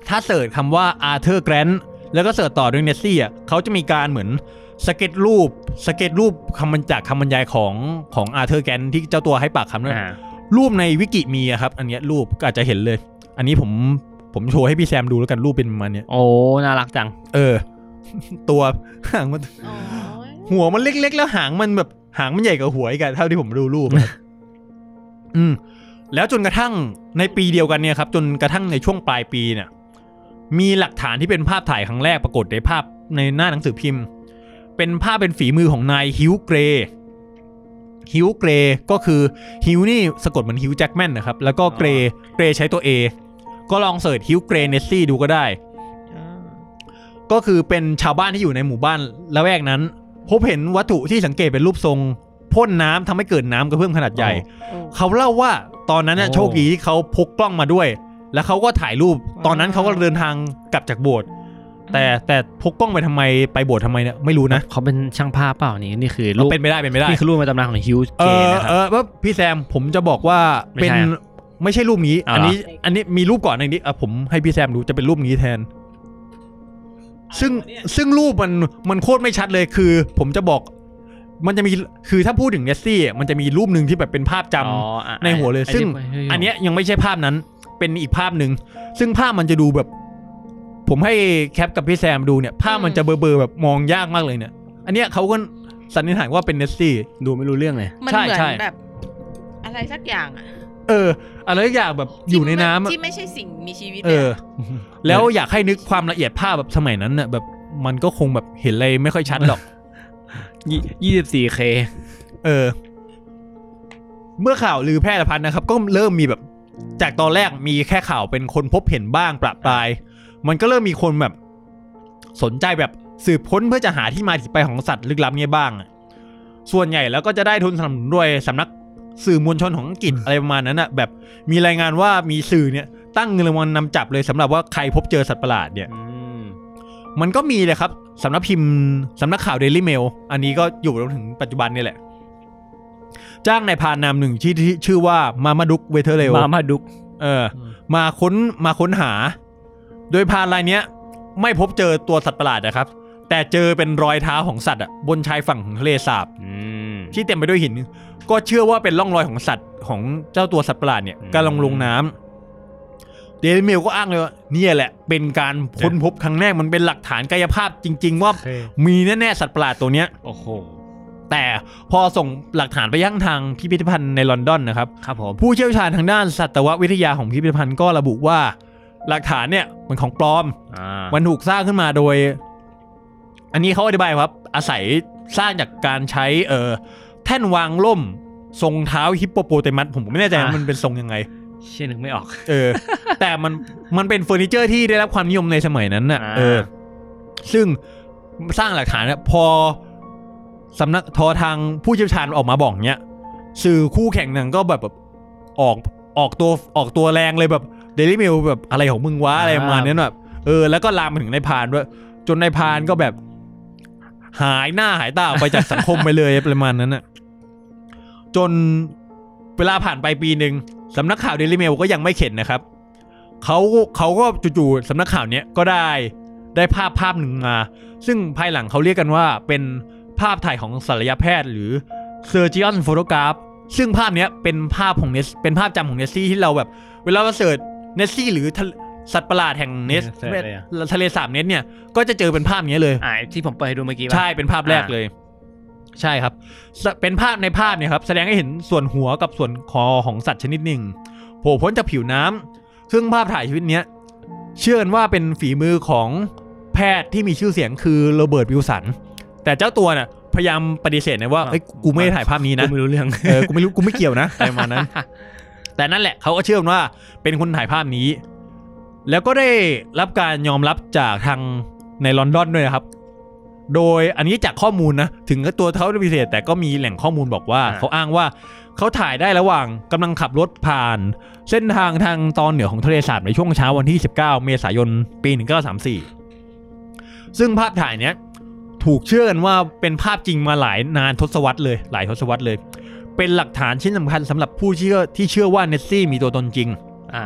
ถ้าเสิร์ชคำว่าอาร์เธอร์แกรนต์แล้วก็เสิร์ชต่อด้วยเนสซี่อ่ะเขาจะมีการเหมือนสเก็ตรูปสเก็ตรูปคำบรรจากคำบรรยายของของอาร์เธอร์แกรนต์ที่เจ้าตัวให้ปากคำด้วย อ่า รูปในวิกิมีอะครับ อันเนี้ยรูปก็อาจจะเห็นเลย อันนี้ผมผมโชว์ให้พี่แซมดูแล้วกันรูปเป็นประมาณเนี้ย โอ้น่ารักจัง เออ ตัวหางมัน อ๋อหัวมันเล็ก ๆ แล้วหางมันแบบหางมันใหญ่กว่าหัวอีกอะเท่าที่ผมดูรูปนะครับ อืม แล้วจนกระทั่งในปีเดียวกันเนี่ยครับ จนกระทั่งในช่วงปลายปีเนี่ย มีหลักฐานที่เป็นภาพถ่ายครั้งแรกปรากฏในภาพในหน้าหนังสือพิมพ์ เป็นภาพเป็นฝีมือของนายฮิวเกรฮิวเกรก็คือฮิวนี่สะกดเหมือนฮิวแจ็คแมนนะครับ แล้วก็เกรเกรใช้ตัว A ก็ลองเสิร์ชฮิวเกรเนสซี่ดูก็ได้ ก็คือเป็นชาวบ้านที่อยู่ในหมู่บ้านละแวกนั้น พบเห็นวัตถุที่สังเกตเป็นรูปทรงพ่นน้ำทำให้เกิดน้ำกระเพื่อมขนาดใหญ่ โอ้ เขาเล่าว่าตอนนั้นน่ะ โอ้ โชคดีที่เขาพกกล้องมาด้วย แล้วเขาก็ถ่ายรูป ตอนนั้นเขาก็เดินทางกลับจากโบสถ์แต่แต่พกกล้องไปทำไมไปโบสถ์ทำไมเนี่ยไม่รู้นะ เขาเป็นช่างภาพเปล่านี่นี่คือรูป เป็นไม่ได้เป็นไม่ได้ นี่คือรูปในตำนานของฮิว เอ เกะ อ นะค เอ รับ อว่าพี่แซมผมจะบอกว่า ไม่ เป็น ใช่อะ ไม่ใช่รูปนี้ เอา อัน เหรอ นี้ อันนี้มีรูปก่อนอันนี้อ่ะผมให้พี่แซมดูจะเป็นรูปนี้แทน ซึ่งซึ่งรูปมันมันโคตรไม่ชัดเลยคือ ผมจะบอก มันจะมีคือถ้าพูดถึงเนสซี่อ่ะมันจะมีรูปหนึ่งที่แบบเป็นภาพจำ อ๋ออ่ะ ในหัวเลย ไอ้ ซึ่ง ที่ อันเนี้ยยังไม่ใช่ภาพนั้นเป็นอีกภาพหนึ่ง ซึ่งภาพมันจะดูแบบ ผมให้แคปกับพี่แซมดูเนี่ย ภาพมันจะเบลอๆแบบมองยากมากเลยเนี่ย อันเนี้ยเขาก็สันนิษฐานว่าเป็นเนสซี่ ดูไม่รู้เรื่องเลย มัน ใช่ เหมือน ใช่ แบบ อะไร อะไรสักอย่างอะ เอออะไรสักอย่างแบบอยู่ในน้ำอะ ที่ไม่ใช่สิ่งมีชีวิต เออเลยอะ แล้วอยากให้นึกความละเอียดภาพแบบสมัยนั้นน่ะแบบมันก็คงแบบเห็นอะไรไม่ค่อยชัดหรอก ยี่สิบสี่เค เออ เมื่อข่าวลือแพร่พันนะครับ ก็เริ่มมีแบบ จากตอนแรกมีแค่ข่าวเป็นคนพบเห็นบ้างประปราย มันก็เริ่มมีคนแบบ สนใจแบบสืบค้นเพื่อจะหาที่มาที่ไปของสัตว์ลึกลับเนี่ยบ้างอะส่วนใหญ่แล้วก็จะได้ทุนสนับสนุนด้วยสำนักสื่อมวลชนของอังกฤษอะไรประมาณนั้นอะแบบมีรายงานว่ามีสื่อเนี่ย ตั้งเงินรางวัลนำจับเลยสำหรับว่าใครพบเจอสัตว์ประหลาดเนี่ย มันก็มีเลยครับสำนักพิมพ์สำนักข่าวเดลี่เมล อันนี้ก็อยู่จนถึงปัจจุบันนี่แหละ จ้างนายพรานนามหนึ่งที่ที่ชื่อว่ามามาดุกเวเทเล มามาดุก เออ มาค้นมาค้นหา โดยพรานรายเนี้ย ไม่พบเจอตัวสัตว์ประหลาดนะครับ แต่เจอเป็นรอยเท้าของสัตว์อะบนชายฝั่งของทะเลสาบ อืม ที่เต็มไปด้วยหิน ก็เชื่อว่าเป็นร่องรอยของสัตว์ของเจ้าตัวสัตว์ประหลาดเนี่ย อืม กำลังลงน้ำเดลเมลก็อ้างเลยว่าเนี่ยแหละ เป็นการค้นพบครั้งแรกมันเป็นหลักฐานกายภาพจริง ๆ ว่ามีแน่ๆสัตว์ประหลาดตัวเนี้ย โอ้โห แต่พอส่งหลักฐานไปยังทางพิพิธภัณฑ์ในลอนดอนนะครับ ครับผม ผู้เชี่ยวชาญทางด้านสัตววิทยาของพิพิธภัณฑ์ก็ระบุว่า หลักฐานเนี่ยมันของปลอม อ่า มันถูกสร้างขึ้นมาโดย อันนี้เขาอธิบายครับ อาศัยสร้างจากการใช้เอ่อแท่นวางล่ม ทรงเท้าฮิปโปโปเตมัสผมก็ไม่แน่ใจนะมันเป็นทรงยังไง เชื่อนึกไม่ออก เออ แต่มันมันเป็นเฟอร์นิเจอร์ที่ได้รับความนิยมในสมัยนั้นน่ะ อ่า เออ ซึ่งสร้างหลักฐานเนี่ยพอสำนักทอทางผู้เชี่ยวชาญออกมาบอกเนี้ยสื่อคู่แข่งหนังก็แบบแบบออกออกตัวออกตัวแรงเลยแบบเดลิเมลแบบอะไรของมึงวะอะไรประมาณเนี้ยแบบเออแล้วก็ลามมาถึงนายพรานด้วย จนนายพรานก็แบบ หายหน้าหายตาออกไปจากสังคมไปเลย ประมาณนั้นน่ะ จนเวลาผ่านไปปีหนึ่งสำนักข่าวเดลิเมลก็ยังไม่เข็ดนะครับเขาเขาก็จู่ๆสำนักข่าวเนี้ยก็ได้ได้ภาพภาพหนึ่งมา ซึ่งภายหลังเขาเรียกกันว่าเป็นภาพถ่ายของศัลยแพทย์หรือเซอร์จิออนโฟโตกราฟซึ่งภาพเนี้ยเป็นภาพของเนสเป็นภาพจำของเนสซี่ที่เราแบบ เวลาเราเสิร์ชเนสซี่หรือทะเลสัตว์ประหลาดแห่งเนส เสิร์ชเลยอะ ทะเลสาบเนสเนี่ย ก็จะเจอเป็นภาพเนี้ยเลย อ่าที่ผมเปิดให้ดูเมื่อกี้ปะ ใช่เป็นภาพแรกเลย ใช่ครับสเป็นภาพในภาพเนี่ยครับ แสดงให้เห็นส่วนหัวกับส่วนคอของสัตว์ชนิดหนึ่งโผล่พ้นจากผิวน้ำซึ่งภาพถ่ายชีวิตเนี้ย เชื่อกันว่าเป็นฝีมือของแพทย์ที่มีชื่อเสียงคือโรเบิร์ตวิลสัน แต่เจ้าตัวน่ะพยายามปฏิเสธนะว่า อ่ะ เอ้ยกูไม่ได้ถ่ายภาพนี้นะ กูไม่รู้เรื่อง เออกูไม่รู้กูไม่เกี่ยวนะอะไร ประมาณนั้น แต่นั่นแหละเขาก็เชื่อกันว่าเป็นคนถ่ายภาพนี้ แล้วก็ได้รับการยอมรับจากทางในลอนดอนด้วยนะครับ โดยอันนี้จากข้อมูลนะ ถึงกับตัวเขาจะพิเศษ แต่ก็มีแหล่งข้อมูลบอกว่า อ่า เขาอ้างว่าเขาถ่ายได้ระหว่างกำลังขับรถผ่าน เส้นทางทางตอนเหนือของทะเลสาบในช่วงเช้าวันที่ 19 เมษายน ปี 1934 ซึ่งภาพถ่ายเนี้ยถูกเชื่อกันว่าเป็นภาพจริงมาหลายนานทศวรรษเลย หลายทศวรรษเลย เป็นหลักฐานชิ้นสำคัญสำหรับผู้เชื่อที่เชื่อว่าเนสซี่มีตัวตนจริง อ่า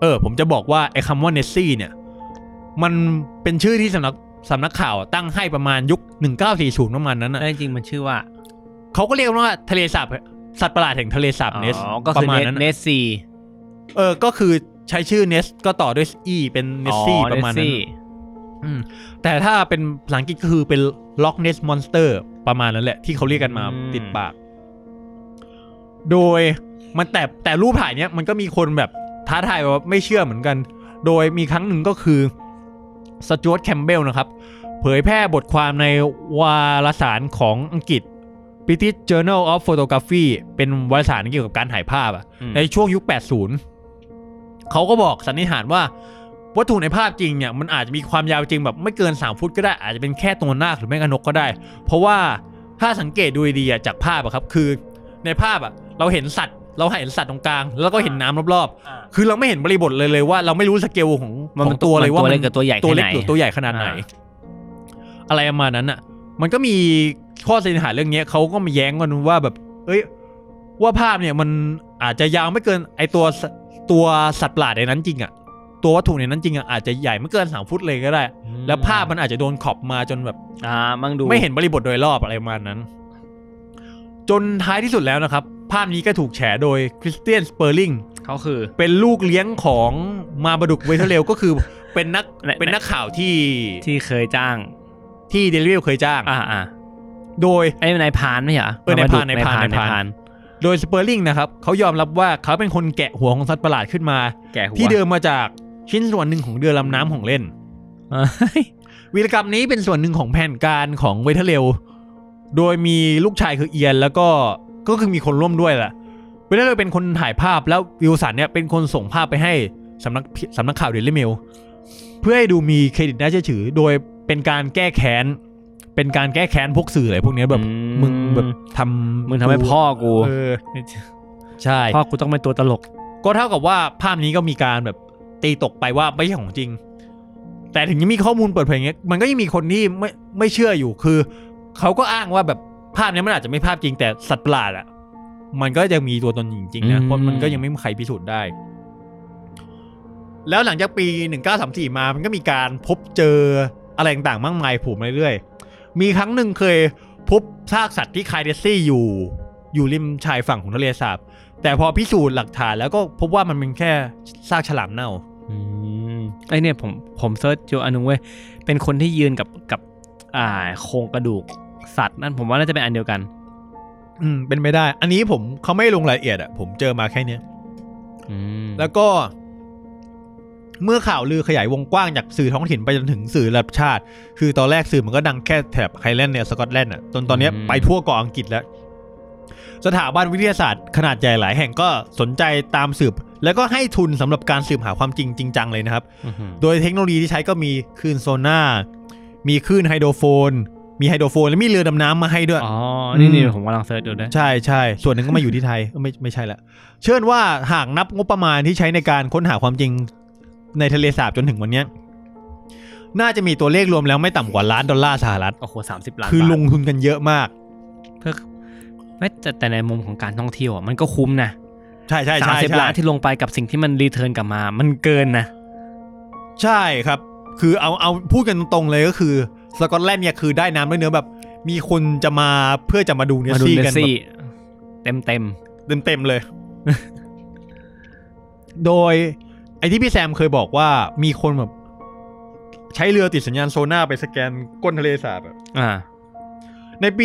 เออ ผมจะบอกว่าไอ้คำว่าเนสซี่เนี่ย มันเป็นชื่อที่สำนักสำนักข่าวตั้งให้ประมาณยุค 1940 ประมาณนั้นนะ แล้วจริงๆมันชื่อว่า เขาก็เรียกว่าทะเลสาบสัตว์ประหลาดแห่งทะเลสาบเนส อ๋อก็ ป คือ ระมาณ เนส นั้น เน นะ สซี เออ ก็คือใช้ชื่อเนสก็ต่อด้วยอีเป็นเนสซี่ อ๋อ ประมาณนั้น เสซี่ อืมแต่ถ้าเป็นภาษาอังกฤษก็คือเป็นล็อกเนสมอนสเตอร์ประมาณนั้นแหละ ที่เขาเรียกกันมาติดปาก โดยมันแต่แต่รูปถ่ายเนี้ยมันก็มีคนแบบท้าทายว่าไม่เชื่อเหมือนกัน โดยมีครั้งหนึ่งก็คือสจวตแคมเบลนะครับ เผยแพร่บทความในวารสารของอังกฤษ British Journal of Photography เป็นวารสารเกี่ยวกับการถ่ายภาพอะ อืม ในช่วงยุค 80 เขาก็บอกสันนิษฐานว่า วัตถุในภาพจริงเนี่ยมันอาจจะมีความยาวจริงแบบไม่เกิน 3 ฟุตก็ได้ อาจจะเป็นแค่ตัวนาคหรือไม่กนกก็ได้ เพราะว่าถ้าสังเกตดูดีๆอะจากภาพอะครับ คือในภาพอะเราเห็นสัตว์ เราเห็นสัตว์ตรงกลาง แล้วก็เห็นน้ำรอบๆ คือเราไม่เห็นบริบทเลยเลยว่า เราไม่รู้สเกลของ มัน ของตัวเลยว่า ตัว มั เล็ น กกับตัวใหญ่ ตัวเล็ก แค่ไหน หรือตัวใหญ่ขนาดไหน อ่า อะไรประมาณนั้นอ่ะ มันก็มีข้อสันนิษฐานเรื่องเนี้ยเขาก็มาแย้งกันว่าแบบ เอ้ย ว่าภาพเนี่ยมันอาจจะยาวไม่เกินไอตัวสตัวสัตว์ประหลาดในนั้นจริงอ่ะ ตัววัตถุในนั้นจริงอ่ะอาจจะใหญ่ไม่เกินสามฟุตเลยก็ได้ แล้วภาพมันอาจจะโดนขอบมาจนแบบ อ่ามั่งดู ไม่เห็นบริบทโดยรอบอะไรประมาณนั้น จนท้ายที่สุดแล้วนะครับ ภาพนี้ก็ถูกแฉโดยคริสเตียนสเปอร์ลิง เขาคือ เป็นลูกเลี้ยงของมาบดุกเวเทเลก็คือเป็นนัก ไหน เป็นนักข่าวที่ ที่เคยจ้าง ที่เดลิเวลเคยจ้าง อ่าอ่า โดย ไอ้นายพานไม่ใช่เหรอ เออนายพามนดุก นายพาน นาย นายพาน พาน โดยสเปอร์ลิงนะครับเขายอมรับว่าเขาเป็นคนแกะหัวของสัตว์ประหลาดขึ้นมา แกหัว ที่เดิมมาจากชิ้นส่วนหนึ่งของเรือลำน้ำของเล่น เอ้ย วีรกรรมนี้เป็นส่วนหนึ่งของแผนการของเวทเรลโดยมีลูกชายคือเอียนแล้วก็ก็คือมีคนร่วมด้วยแหละเวทเรลเป็นคนถ่ายภาพแล้ววิลสันเนี่ยเป็นคนส่งภาพไปให้สำนักสำนักข่าวเดลิเมลเพื่อให้ดูมีเครดิตน่าเชื่อถือ โดยเป็นการแก้แค้น เป็นการแก้แค้นพวกสื่ออะไรพวกเนี้ยแบบมึงแบบทำ มึงทำให้พ่อกู เออใช่ พ่อกูต้องเป็นตัวตลก ก็เท่ากับว่าภาพนี้ก็มีการแบบตีตกไปว่าไม่ใช่ของจริง แต่ถึงยังมีข้อมูลเปิดเผยอย่างเงี้ยมันก็ยังมีคนที่ไม่ไม่เชื่ออยู่คือ เขาก็อ้างว่าแบบภาพเนี้ยมันอาจจะไม่ภาพจริงแต่สัตว์ประหลาดอะมันก็ยังมีตัวตนจริงๆนะ อืม เพราะมันก็ยังไม่มีใครพิสูจน์ได้ แล้วหลังจากปี 1934 มามันก็มีการพบเจออะไรต่างๆมากมายโผูมาเรื่อยๆมีครั้งหนึ่งเคยพบซากสัตว์ที่คายเดซี่อยู่ อยู่ริมชายฝั่งของทะเลสาบ แต่พอพิสูจน์หลักฐานแล้วก็พบว่ามันเป็นแค่ซากฉลามเน่า อืมไอเนี่ยผมผมเซิร์ชเจออันนึงเว้ยเป็นคนที่ยืนกับกับอ่าโครงกระดูกสัตว์นั่นผมว่าน่าจะเป็นอันเดียวกัน อืม เป็นไม่ได้ อันนี้ผมเขาไม่ลงรายละเอียดอะผมเจอมาแค่เนี้ย อืม แล้วก็ เมื่อข่าวลือขยายวงกว้างจากสื่อท้องถิ่นไปจนถึงสื่อระดับชาติ คือตอนแรกสื่อมันก็ดังแค่แถบไอร์แลนด์เนี่ยสกอตแลนด์อะจนตอนเนี้ยไปทั่วเกาะอังกฤษแล้ว สถาบันวิทยาศาสตร์ขนาดใหญ่หลายแห่งก็สนใจตามสืบ แล้วก็ให้ทุนสำหรับการสืบหาความจริงจริงจังเลยนะครับ อื้อหือ โดยเทคโนโลยีที่ใช้ก็มีคลื่นโซน่า มีคลื่นไฮโดรโฟน มีไฮโดรโฟน และมีเรือดำน้ำมาให้ ด้วย อ๋อ นี่นี่ อืม ผมกำลังเซิร์ชดูนะ ใช่ใช่ส่วนหนึ่งก็มาอยู่ที่ไทย ไม่ไม่ใช่ละเชื่อว่าหากนับงบประมาณที่ใช้ในการค้นหาความจริงในทะเลสาบจนถึงวันเนี้ยน่าจะมีตัวเลขรวมแล้วไม่ต่ำกว่าล้านดอลลาร์สหรัฐ โอ้โหสามสิบล้าน คือลง บาท ทุนกันเยอะมาก เพื่อไม่แต่แต่ในมุมของการท่องเที่ยวอ่ะมันก็คุ้มนะ ใช่ใช่ สาม ใช่ สิบ ใช่ ล้านที่ลงไปกับสิ่งที่มันรีเทิร์นกลับมา มันเกินนะ ใช่ครับ คือเอาเอาพูดกันตรงๆเลยก็คือสกอตแลนด์เนี่ยคือได้น้ำด้วยเนื้อแบบ มีคนจะมาเพื่อจะมาดูเนส มาดู ซี่ เน กันแบบ ซี่เต็มเต็ม เต็มเต็มๆเลย โดยไอที่พี่แซมเคยบอกว่ามีคนแบบ ใช้เรือติดสัญญาณโซน่าร์ไปสแกนก้นทะเลสาบอะ ๆอ่า ในปี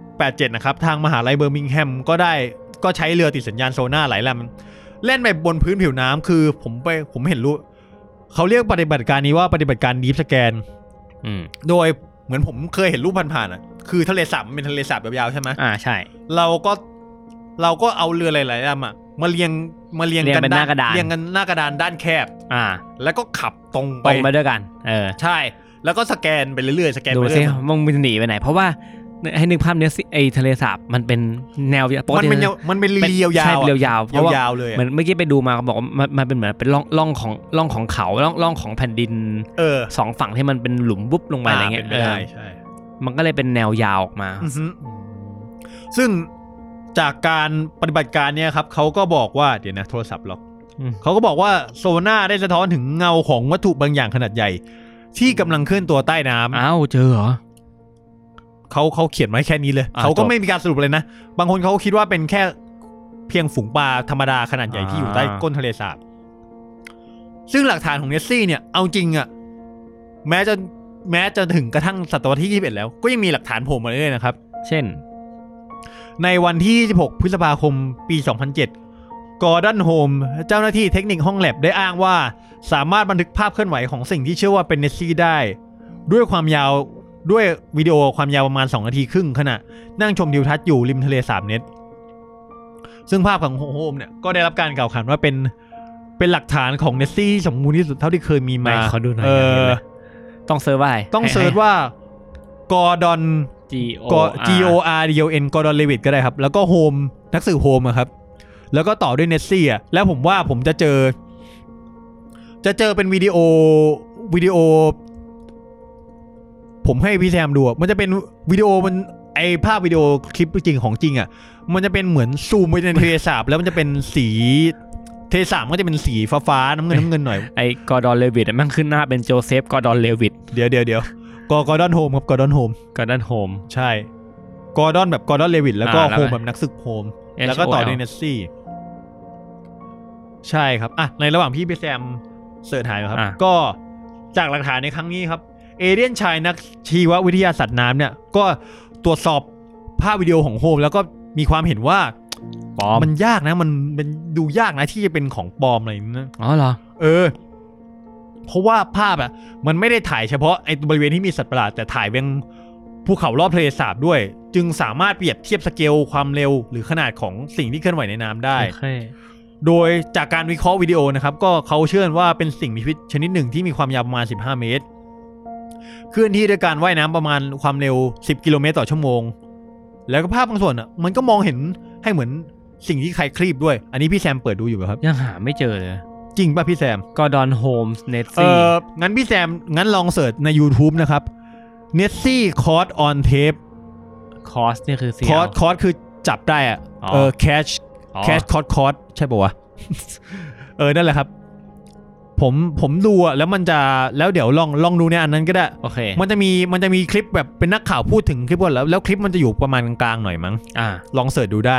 1987 นะครับ ทางมหาลัยเบอร์มิงแฮมก็ได้ก็ใช้เรือติดสัญญาณโซน่าร์หลายลำแล่นไปบนพื้นผิวน้ำคือผมไปผมเห็นรู้ เขาเรียกปฏิบัติการนี้ว่าปฏิบัติการดีฟสแกน อืม โดยเหมือนผมเคยเห็นรูปผ่านๆอ่ะ คือทะเลสาบมันเป็นทะเลสาบยาวๆใช่ไหม อ่าใช่ เราก็เราก็เอาเรือหลายๆลำอะมาเรียงมาเรียง เรียง กัน เป็นหน้ากระดาน เรียงกันหน้ากระดานด้านแคบ อ่า แล้วก็ขับตรง ต ไป รงไปด้วยกัน เออ ใช่ แล้วก็สแกนไปเรื่อยๆสแกน ดู ไป สิ เรื่อย มึงมันจะหนีไปไหน เพราะว่าให้นึกภาพเนี้ยสิไอทะเลสาบมันเป็นแนวปก มัน ติ เป็นยาวมันเป็นเรียวยาว ใช่เป็น ๆ เรียวย าว ๆเพราะว่ายวาวๆเลยอะ เหมือนเมื่อกี้ไปดูมาเขาบอกว่ามันมันเป็นเหมือนเป็นร่องร่องของร่องของเขาร่องร่องของแผ่นดิน เออ สองฝั่งที่มันเป็นหลุมบุ๊บลงไปอะไรเงี้ย าป็นปได้ เออ ใช่ มันก็เลยเป็นแนวยาวออกมา อือฮึซึ่งจากการปฏิบัติการเนี่ยครับเขาก็บอกว่าเดี๋ยวนะโทรศัพท์ล็อก อืม เขาก็บอกว่าโซน่าได้สะท้อนถึงเงาของวัตถุบางอย่างขนาดใหญ่ ที่กำลังเคลื่อนตัวใต้น้ำ อ้าวเจอเหรอ เขาเขาเขียนไว้แค่นี้เลย อ่า เขาก็ จบ ไม่มีการสรุปเลยนะ บางคนเขาก็คิดว่าเป็นแค่เพียงฝูงปลาธรรมดาขนาดใหญ่ที่อยู่ใต้ก้นทะเลสาบ ซึ่งหลักฐานของเนสซี่เนี่ย เอาจริงอะแม้จะแม้จะถึงกระทั่งศตวรรษที่ 21 แล้ว ก็ยังมีหลักฐานโผล่มาเรื่อยๆนะครับ เช่น ในวันที่ 26 พฤษภาคม ปี 2007 กอร์ดอนโฮม เจ้าหน้าที่เทคนิคห้องแลบได้อ้างว่า สามารถบันทึกภาพเคลื่อนไหวของสิ่งที่เชื่อว่าเป็นเนสซี่ได้ ด้วยความยาวด้วยวิดีโอความยาวประมาณ 2 นาทีครึ่งขณะ นั่งชมทิวทัศน์อยู่ริมทะเลสาบเนตซึ่งภาพของโฮมเนี่ยก็ได้รับการกล่าวขานว่าเป็นเป็นหลักฐานของเนสซี่ที่สมบูรณ์ที่สุดเท่าที่เคยมีมา ไหนขอดูหน่อย เอ อยากเห็น อ เลย ต้องเซิร์ชว่าะต้องไให้ เสิร์ช ให้ ว่ากอร์ดอน G.O. ก็ G O R R D O N กอร์ดอนเลวิดก็ได้ครับ แล้วก็โฮมนักสืบโฮมอะครับ แล้วก็ต่อด้วยเนสซี่อะแล้วผมว่าผมจะเจอ จะเจอเป็นวิดีโอวิดีโอ ผมให้พี่แซมดูอะมันจะเป็นวิดีโอมันไอภาพวิดีโอคลิปจริงของจริงอะมันจะเป็นเหมือนซูมไปในเทเลสาบ แล้วมันจะเป็นสีเทเลสาบมันก็จะเป็นสีฟ้าฟ้าๆน้ำเงินน้ำเงินหน่อย ไอ้กอร์ดอนเลวิดมันขึ้นหน้าเป็นโจเซฟกอร์ดอนเลวิด เดี๋ยวเดี๋ยวเดี๋ยวกอร์ดอนโฮมครับกอร์ดอนโฮม กอร์ดอนโฮม ใช่ กอร์ดอนแบบกอร์ดอนเลวิดแล้วก็ อ่าแล้ โฮ ว ม ไง แบบนักศึกโฮม H O L แล้วก็ต่อด้วยเนสซี่ ใช่ครับอ่ะในระหว่างพี่ไปแซมเสิร์ชหายครับ อ่ะ ก็จากหลักฐานในครั้งนี้ครับ เอเดียนชายนักชีววิทยาสัตว์น้ำเนี่ย ก็ตรวจสอบภาพวิดีโอของโฮม แล้วก็มีความเห็นว่า ปลอม มันยากนะ มันมันดูยากนะที่จะเป็นของปลอมอะไรอย่างเงี้ยนะ อ๋อเหรอ เออ เพราะว่าภาพอ่ะ มันไม่ได้ถ่ายเฉพาะไอ้บริเวณที่มีสัตว์ประหลาดแต่ถ่ายเป็นภูเขารอบทะเลสาบด้วย จึงสามารถเปรียบเทียบสเกลความเร็ว หรือขนาดของสิ่งที่เคลื่อนไหวในน้ำได้ โอเค โดยจากการวิเคราะห์วิดีโอนะครับ ก็เขาเชื่อว่าเป็นสิ่งมีชีวิตชนิดหนึ่งที่มีความยาวประมาณ 15 เมตร เคลื่อนที่ด้วยการว่ายน้ำประมาณความเร็ว 10 กิโลเมตรต่อชั่วโมง แล้วก็ภาพบางส่วนอ่ะ มันก็มองเห็นให้เหมือนสิ่งที่ใครคลีบด้วย อันนี้พี่แซมเปิดดูอยู่ป่ะครับ ยังหาไม่เจอเลย จริงป่ะพี่แซม ก็ดอนโฮมส์เนส เอ ซี่ องั้นพี่แซม งั้นลองเสิร์ชใน YouTube นะครับ n e s s i e Caught on Tape คอสเนี่ยคือ CL Caught Caught คือจับได้อะ อ๋อ เออ Catch อ๋อ Catch Caught Caught ใช่ปะวะ เออ นั่นแหละครับ ผมผมดูอะแล้วมันจะแล้วเดี๋ยวลองลองดูในอันนั้นก็ได้ โอเค มันจะมีมันจะมีคลิปแบบเป็นนักข่าวพูดถึงคลิปว่าแล้วแล้วคลิปมันจะอยู่ประมาณกลางๆหน่อยมั้ง อ่า ลองเสิร์ชดูได้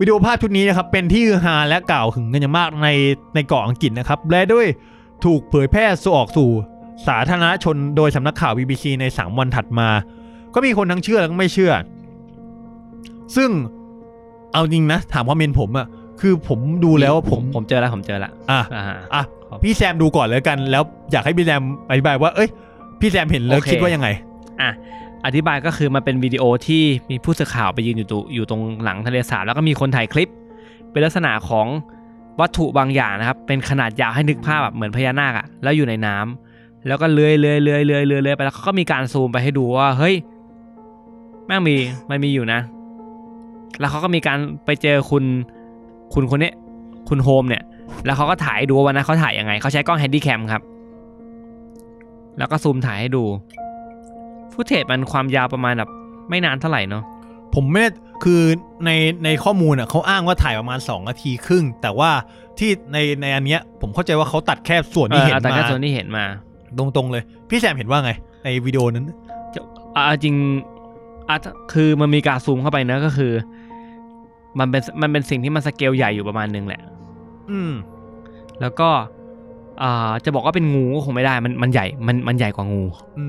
วิดีโอภาพชุดนี้นะครับเป็นที่ฮือฮาและกล่าวถึงกันอย่างมากในในเกาะอังกฤษนะครับ และด้วยถูกเผยแพร่สู่ออกสู่สาธารณชนโดยสำนักข่าว BBC ใน 3 วันถัดมา ก็มีคนทั้งเชื่อและไม่เชื่อ ซึ่งเอาจริงนะ ถามความเมนผมอะคือผมดูแล้วผม ผมเจอแล้วผมเจอละ อ่ะ อ่าฮะ อ่ะพี่แซมดูก่อนเลยกัน แล้วอยากให้พี่แซมอธิบายว่า เอ้ย พี่แซมเห็นแล้ว โอเค คิดว่ายังไง อ่ะอธิบายก็คือมันเป็นวิดีโอที่มีผู้สื่อข่าวไปยืนอยู่ตรงอยู่ตรงหลังทะเลสาบแล้วก็มีคนถ่ายคลิป เป็นลักษณะของวัตถุบางอย่างนะครับ เป็นขนาดยาวให้นึกภาพแบบเหมือนพญานาคอะแล้วอยู่ในน้ำแล้วก็เลื้อยเลื้อยเลื้อยเลื้อยเลื้อยเลื้อยไปแล้วเขาก็มีการซูมไปให้ดูว่าเฮ้ยแม่งมีมันมีอยู่นะ แล้วเขาก็มีการไปเจอคุณคุณคนเนี้ยคุณโฮมเนี่ย แล้วเขาก็ถ่ายให้ดูว่าวันนั้นเขาถ่ายยังไงเขาใช้กล้องแฮนดี้แคมครับ แล้วก็ซูมถ่ายให้ดู ฟุตเทจมันความยาวประมาณแบบไม่นานเท่าไหร่เนาะ ผมไม่ได้คือในในข้อมูลอ่ะเขาอ้างว่าถ่ายประมาณ 2 นาทีครึ่ง แต่ว่าที่ในในอันเนี้ยผมเข้าใจว่าเขาตัดแค่ส่วน เอ ที่ อ เห็น เอาแต่ มา แค่ส่วนที่เห็นมา ตรงๆเลย พี่แซมเห็นว่าไง ในวิดีโอนั้น อ่ะเอาจริงอ่ะคือมันมีการซูมเข้าไปเนอะก็คือ มันเป็นมันเป็นสิ่งที่มันสเกลใหญ่อยู่ประมาณนึงแหละ อืม แล้วก็อ่าจะบอกว่าเป็นงูก็คงไม่ได้ มันมันใหญ่ มันมันใหญ่กว่างู อื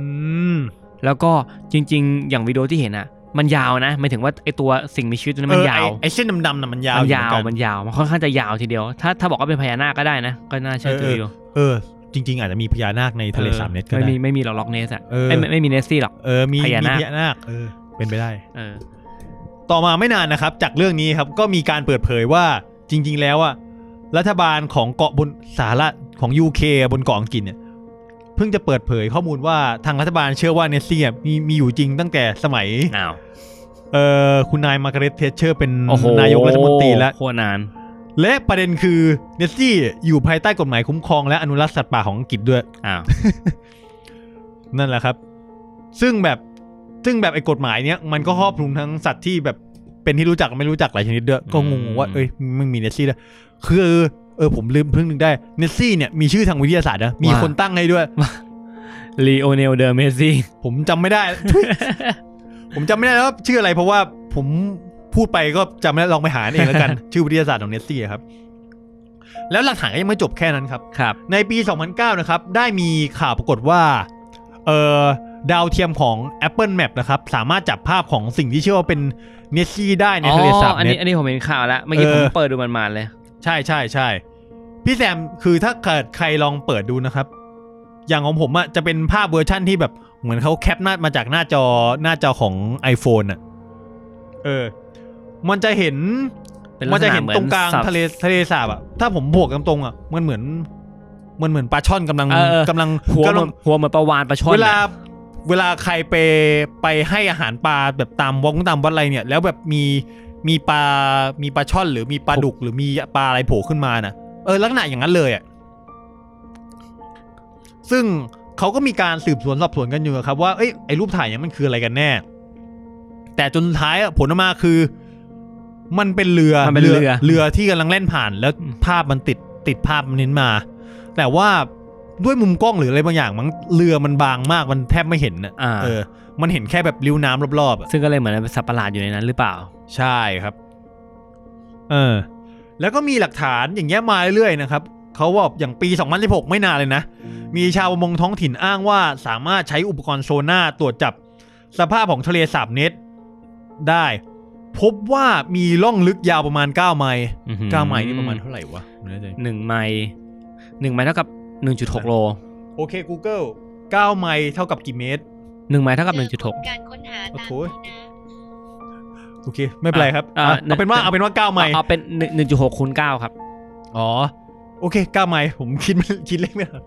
ม แล้วก็จริง ๆ อย่างวิดีโอที่เห็นอ่ะ มันยาวนะหมายถึงว่าไอตัวสิ่งมีชีวิตตัวนั้นมัเออยนาว ไอ้ไอเส้นดำๆน่ะมันยาว มั อน ยาว เหอ มัน กั นยาว มันค่อนข้างจะยาวทีเดียว ถ้าถ้าบอกว่าเป็นพญานาคก็ได้นะ ก็น่าเชื่อถืออยู่ เออ จริง ๆ อาจจะมีพญานาคในทะเลสามเนตรก็ ไม่ ได้ มีไม่มีหรอกล็อกเนสอ่ะ เออ เอ้ยไม่ไม่มีเนสซี่หรอก เออมี พญานาค มีพญานาคเออ เป็นไปได้ เออ ต่อมาไม่นานนะครับ จากเรื่องนี้ครับก็มีการเปิดเผยว่าจริง ๆ แล้วอะรัฐบาลของเกาะบนสหรัฐของ UK บนเกาะอังกฤษเนี่ยเพิ่งจะเปิดเผยข้อมูลว่าทางรัฐบาลเชื่อว่าเนสซี่อะมีมีอยู่จริงตั้งแต่สมัย อ้าว เอ่อคุณนายมาร์กาเร็ตเทชเชอร์เป็นนายกรัฐมนตรีแล้ว โคตรนาน และประเด็นคือเนสซี่อยู่ภายใต้กฎหมายคุ้มครองและอนุรักษ์สัตว์ป่าของอังกฤษด้วย อ้าว นั่นแหละครับ ซึ่งแบบซึ่งแบบไอ้กฎหมายเนี้ยมันก็ครอบคลุมทั้งสัตว์ที่แบบเป็นที่รู้จักกับไม่รู้จักหลายชนิดด้วยก็งงๆว่า อืม เอ้ยมันมีเนสซี่ด้วยคือเออผมลืมเพิ่งนึกได้เนสซี่เนี่ยมีชื่อทางวิทยาศาสตร์นะมีคนตั้งให้ด้วย ลีโอเนลเดอเมซี่ ผมจำไม่ได้ ผมจำไม่ได้แล้วว่าชื่ออะไรเพราะว่าผมพูดไปก็จำไม่ได้ลองไปหาเองแล้ วกัน ชื่อวิทยาศาสตร์ของเนสซี่อะครับ แล้วหลักฐานก็ยังไม่จบแค่นั้นครับ ครับ ในปี 2009 นะครับ ได้มีข่าวปรากฏว่า เอ่อ ดาวเทียมของ Apple Map นะครับ สามารถจับภาพของสิ่งที่เชื่อว่าเป็นเนสซี่ได้ใน อ๋ ทะเลสาบ อ อัน เน นี้ ต อันนี้ผมเห็นข่าวแล้ว เมื่อกี้ เออ ผมเปิดดูมันมาเลย ใช่ใช่ใช่ พี่แซม คือถ้าเกิดใครลองเปิดดูนะครับ อย่างของผมอะจะเป็นภาพเวอร์ชั่นที่แบบเหมือนเขาแคปหน้ามาจากหน้าจอหน้าจอของ iPhone อะเออ มันจะเห็น เป็นลั มั ก น ษ จะ ณะ เห็น เหมือ ต น รงกลาง สับ ทะเลทะเลสาบอะถ้าผมบวกกันตรงอะมันเหมือน มันเหมือนปลาช่อนกำลัง เออเออ กำลัง หัว กำ เห ลั มือนหัวเหมือนประวานประชด เวลาเวลาใครไปไปให้อาหารปลาแบบตามวงตามวัดอะไรเนี่ย แล้วแบบมีมีปลา มีปลาช่อน หรือมีปลาดุกหรือมีปลาอะไรโผล่ขึ้นมาน่ะ เออลักษณะอย่างนั้นเลยอะซึ่งเขาก็มีการสืบสวนสอบสวนกันอยู่อะครับว่าเอ้ยไอ้รูปถ่ายเนี่ยมันคืออะไรกันแน่ แต่จนสุดท้ายอะผลออกมาคือ มันเป็นเรือ มันเป็นเรือ เรือที่กำลังแล่นผ่าน แล้วภาพมันติดติดภาพมันเน้นมา แต่ว่าด้วยมุมกล้องหรืออะไรบางอย่างมันเรือมันบางมากมันแทบไม่เห็นน่ะ อ่า เออ มันเห็นแค่แบบริ้วน้ำรอบๆอะ ซึ่งก็เลยเหมือนเป็นสัตว์ประหลาดอยู่ในนั้นหรือเปล่า ใช่ครับ เออ แล้วก็มีหลักฐานอย่างเงี้ยมาเรื่อยๆนะครับ เขาบอกอย่างปี 2016 ไม่นานเลยนะ มีชาวประมงท้องถิ่นอ้างว่าสามารถใช้อุปกรณ์โซน่าร์ตรวจจับสภาพของทะเลสาบเนตได้ พบว่ามีล่องลึกยาวประมาณ 9 ไมล์ อื้อหือ 9ไมล์นี่ประมาณเท่าไหร่วะไม่แน่ใจ หนึ่งไมล์หนึ่งไมล์เท่ากับหนึ่งจุดหกโล โอเค Google 9 ไมล์เท่ากับกี่เมตร หนึ่งไมล์เท่ากับหนึ่งจุดหก การค้นหาตาม โอ้โห นี้นะ โอเค ไม่เป็นไรครับ อ่ะ อ่ะ อ่ะ เอาเป็นว่าเอาเป็นว่า 9 ไมล์ เอาเป็นหนึ่งจุดหกคูณเก้าครับ อ๋อ โอเค 9 ไมล์ผมคิดไม่ คิดเลขไม่ออก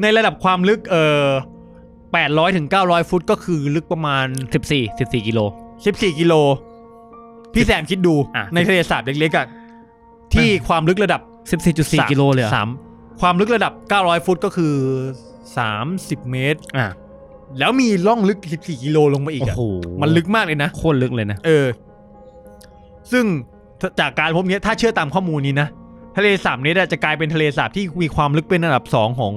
ในระดับความลึกเอ่อ800ถึง900 ฟุตก็คือลึกประมาณ สิบสี่สิบสี่กิโล 14 กิโล พี่แซมคิดดู อ่ะ ในทะเลสาบเล็กๆอะที่ความลึกระดับ สิบสี่จุดสี่กิโลเลยเหรอ สามความลึกระดับ 900 ฟุตก็คือ 30 เมตร อ่ะ แล้วมีล่องลึก 14 กิโลลงมาอีก โอ้ อะ โห มันลึกมากเลยนะ โคตรลึกเลยนะ เออ ซึ่งจากการพบเนี้ยถ้าเชื่อตามข้อมูลนี้นะ ทะเลสาบนี้น่ะจะกลายเป็นทะเลสาบที่มีความลึกเป็นอันดับสองของ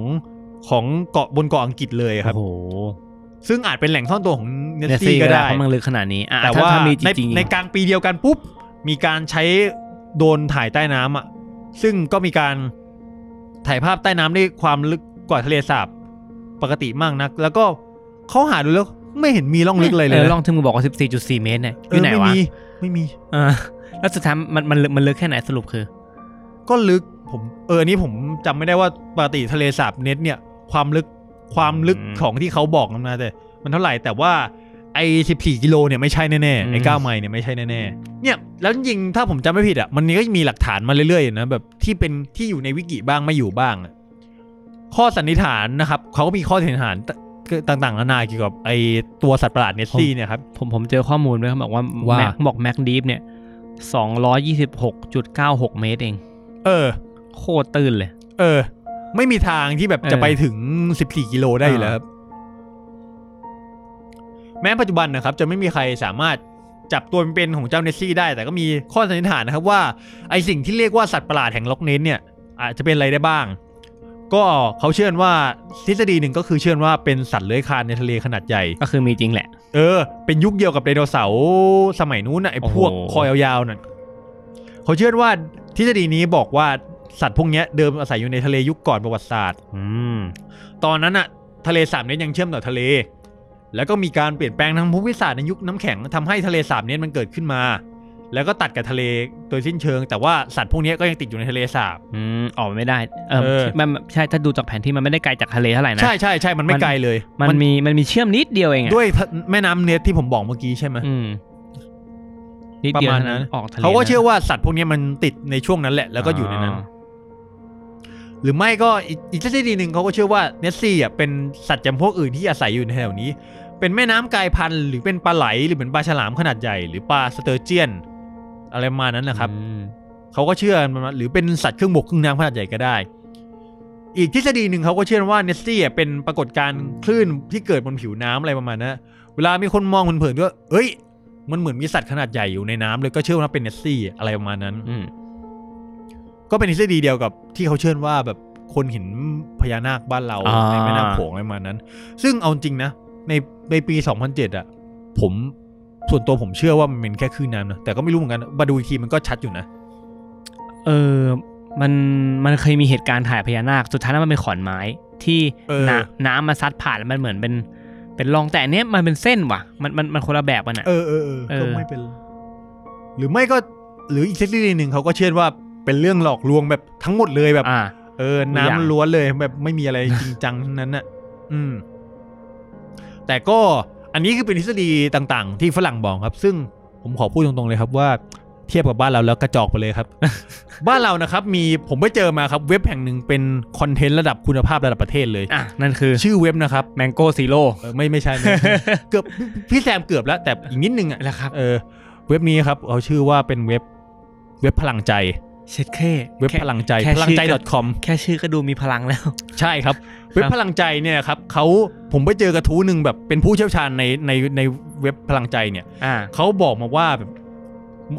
ของเกาะบนเกาะอังกฤษเลยครับ โอ้โห ซึ่งอาจเป็นแหล่งซ่อนตัวของเนส เนส ซี่ ซี่ ก็ ก็ได้ ได้ เพราะมันลึกขนาดนี้อ่ะ แต่ ถ้ ว่า ถ้มีจ ใน ริงๆ ในกลางปีเดียวกันปุ๊บ มีการใช้โดรนถ่ายใต้น้ำอ่ะ ซึ่งก็มีการถ่ายภาพใต้น้ำได้ความลึกกว่าทะเลสาบปกติมากนัก แล้วก็เขาหาดูแล้วไม่เห็นมีร่องลึกเลยเล อย อ นะ ล่องที่มึงบอกว่าสิบสี่จุดสี่เมตรเนี่ยอ เอยู่ อ ไหน ไม่ วะ มีไม่มี เออแล้วสุดท้ายมันมันลึกมันลึกแค่ไหนสรุปคือ ก็ลึกผมเอออนนี่ผมจำไม่ได้ว่าปกติทะเลสาบเน็ตเนี่ย ความลึกความลึก อืม ของที่เขาบอกกันมาแต่มันเท่าไหร่แต่ว่าไอ้สิบสี่กิโลเนี่ยไม่ใช่แน่ อื ๆ ม ไอ้เก้าไมล์เนี่ยไม่ใช่แน่ๆเนี่ยแล้วจริงๆถ้าผมจำไม่ผิดอ่ะมันก็มีหลักฐานมาเรื่อยๆนะแบบที่เป็นที่อยู่ในวิกิบ้างไม่อยู่บ้างอะข้อสันนิษฐานนะครับเขาก็มีข้อสันนิษฐานตต่างๆนานาเกี่ยวกับไอ้ตัวสัตว์ประหลาดเนสซี่เนี่ยครับ ผมผมเจอข้อมูลไว้เขาบอกว่า ว่า แม็กบอกแม็กดีฟเนี่ยสองร้อยยี่สิบหกจุดเก้าหกเมตรเอง เออ โคตรตื้นเลย เออ ไม่มีทางที่แบบจะ เออ ไปถึง 14 กิโลได้อยู่แล้ว อ่า ครับ แม้ปัจจุบันนะครับ จะไม่มีใครสามารถจับตัวเป็นๆของเจ้าเนสซี่ได้ แต่ก็มีข้อสันนิษฐานนะครับว่า ไอสิ่งที่เรียกว่าสัตว์ประหลาดแห่งล็อกเนสเนี่ย อาจจะเป็นอะไรได้บ้าง ก็เขาเชื่อว่าทฤษฎีหนึ่งก็คือเชื่อว่าเป็นสัตว์เลื้อยคลานในทะเลขนาดใหญ่ ก็คือมีจริงแหละ เออ เป็นยุคเดียวกับไดโนเสาร์สมัยนู้นนะไอ้พวก โอ้โห คอยยาวๆนั่นเขาเชื่อว่าทฤษฎีนี้บอกว่าสัตว์พวกเนี้ยเดิมอาศัยอยู่ในทะเลยุคก่อนประวัติศาสตร์ อืม ตอนนั้นอะทะเลสาบเนี้ยังเชื่อมต่อทะเล แล้วก็มีการเปลี่ยนแปลงทางภูมิศาสตร์ในยุคน้ำแข็งทำให้ทะเลสาบเนี้มันเกิดขึ้นมา แล้วก็ตัดกับทะเลโดยสิ้นเชิง แต่ว่าสัตว์พวกเนี้ยก็ยังติดอยู่ในทะเลสาบ อืมออกไม่ได้ เออ เออ มันใช่ถ้าดูจากแผนที่มันไม่ได้ไกลจากทะเลเท่าไหร่นะ ใช่ใช่ใช่มันไม่ มัน ไกลเลย มันมีมันมีเชื่อมนิดเดียวเองอะ ด้วยทะแม่น้ำเนตที่ผมบอกเมื่อกี้ใช่ไหม อืมนิดเดียว ประมาณ เท่านั้น นั้น ออกทะเล เขาก็เชื่อ นะ ว่าสัตว์พวกเนี้ยมันติดในช่วงนั้นแหละแล้วก็อยู่ในนั้น า หรือไม่ก็อีกอีกทฤษฎีหนึ่งเขาก็เชื่อว่าเนสซี่อ่ะเป็นสัตว์จำพวกอื่นที่อาศัยอยู่ในแถวนี้ เป็นแม่น้ำกลายพันธุ์หรือเป็นปลาไหลหรือเป็นปลาฉลามขนาดใหญ่ หรือปลาสเตอร์เจียน อะไรประมาณนั้นนะครับ อืม เขาก็เชื่อกันประมาณหรือเป็นสัตว์เครื่องบกครึ่งน้ำขนาดใหญ่ก็ได้ อีกทฤษฎีหนึ่งเขาก็เชื่อว่าเนสซี่อ่ะเป็นปรากฏการณ์คลื่นที่เกิดบนผิวน้ำอะไรประมาณนั้นเวลามีคนมองเผินๆก็เอ้ย มันเหมือนมีสัตว์ขนาดใหญ่อยู่ในน้ำเลยก็เชื่อว่าเป็นเนสซี่อะไรประมาณนั้น อืม ก็เป็นทฤษฎีเดียวกับที่เขาเชื่อว่าแบบคนเห็นพญานาคบ้านเรา อ่า ในแม่น้ำโขงอะไรประมาณนั้น ซึ่งเอาจริงนะ ในในปี 2007 อ่ะ ผมส่วนตัวผมเชื่อว่ามันเป็นแค่คลื่นน้ำนะ แต่ก็ไม่รู้เหมือนกันมาดูอีกทีมันก็ชัดอยู่นะ เออ มันมันเคยมีเหตุการณ์ถ่ายพญานาค สุดท้ายแล้วมันเป็นขอนไม้ที่ เออ น้ำน้ำมาซัดผ่านแล้วมันเหมือนเป็น เป็นร่องแต่อันเนี้ยมันเป็นเส้นว่ะ มันมันมันคนละแบบกันอ่ะ เออเออเออ เออ ก็ไม่เป็น หรือไม่ก็หรืออีกทฤษฎีหนึ่งเขาก็เชื่อว่าเป็นเรื่องหลอกลวงแบบทั้งหมดเลยแบบ อ่า เออ น้ำล้วนเลยแบบไม่มีอะไรจริงจังทั้งนั้นน่ะ อืม แต่ก็อันนี้คือเป็นทฤษฎีต่างๆ ที่ฝรั่งบอกครับ ซึ่งผมขอพูดตรงๆเลยครับว่าเทียบกับบ้านเราแล้วกระจอกไปเลยครับ บ้านเรานะครับ มีผมไปเจอมาครับ เว็บแห่งหนึ่งเป็นคอนเทนต์ระดับคุณภาพระดับประเทศเลย อ่ะ นั่นคือ ชื่อเว็บนะครับ แมงโก้ซีโร่ เออไม่ไม่ใช่ไม่ใช่ เกือบพี่แซมเกือบแล้ว แต่อีกนิดนึงอ่ะ แล้วครับ เออ เว็บนี้ครับเขาชื่อว่าเป็นเว็บเว็บพลังใจ เช็ดแค่ เว็บ แค่ พลังใจ แค่ พลังใจ ชื่อก็ .com แค่ชื่อก็ดูมีพลังแล้ว ใช่ครับ เว็บพลังใจเนี่ยครับเขาผมไปเจอกระทู้หนึ่งแบบเป็นผู้เชี่ยวชาญในในในเว็บพลังใจเนี่ย อ่า เขาบอกมาว่าแบบ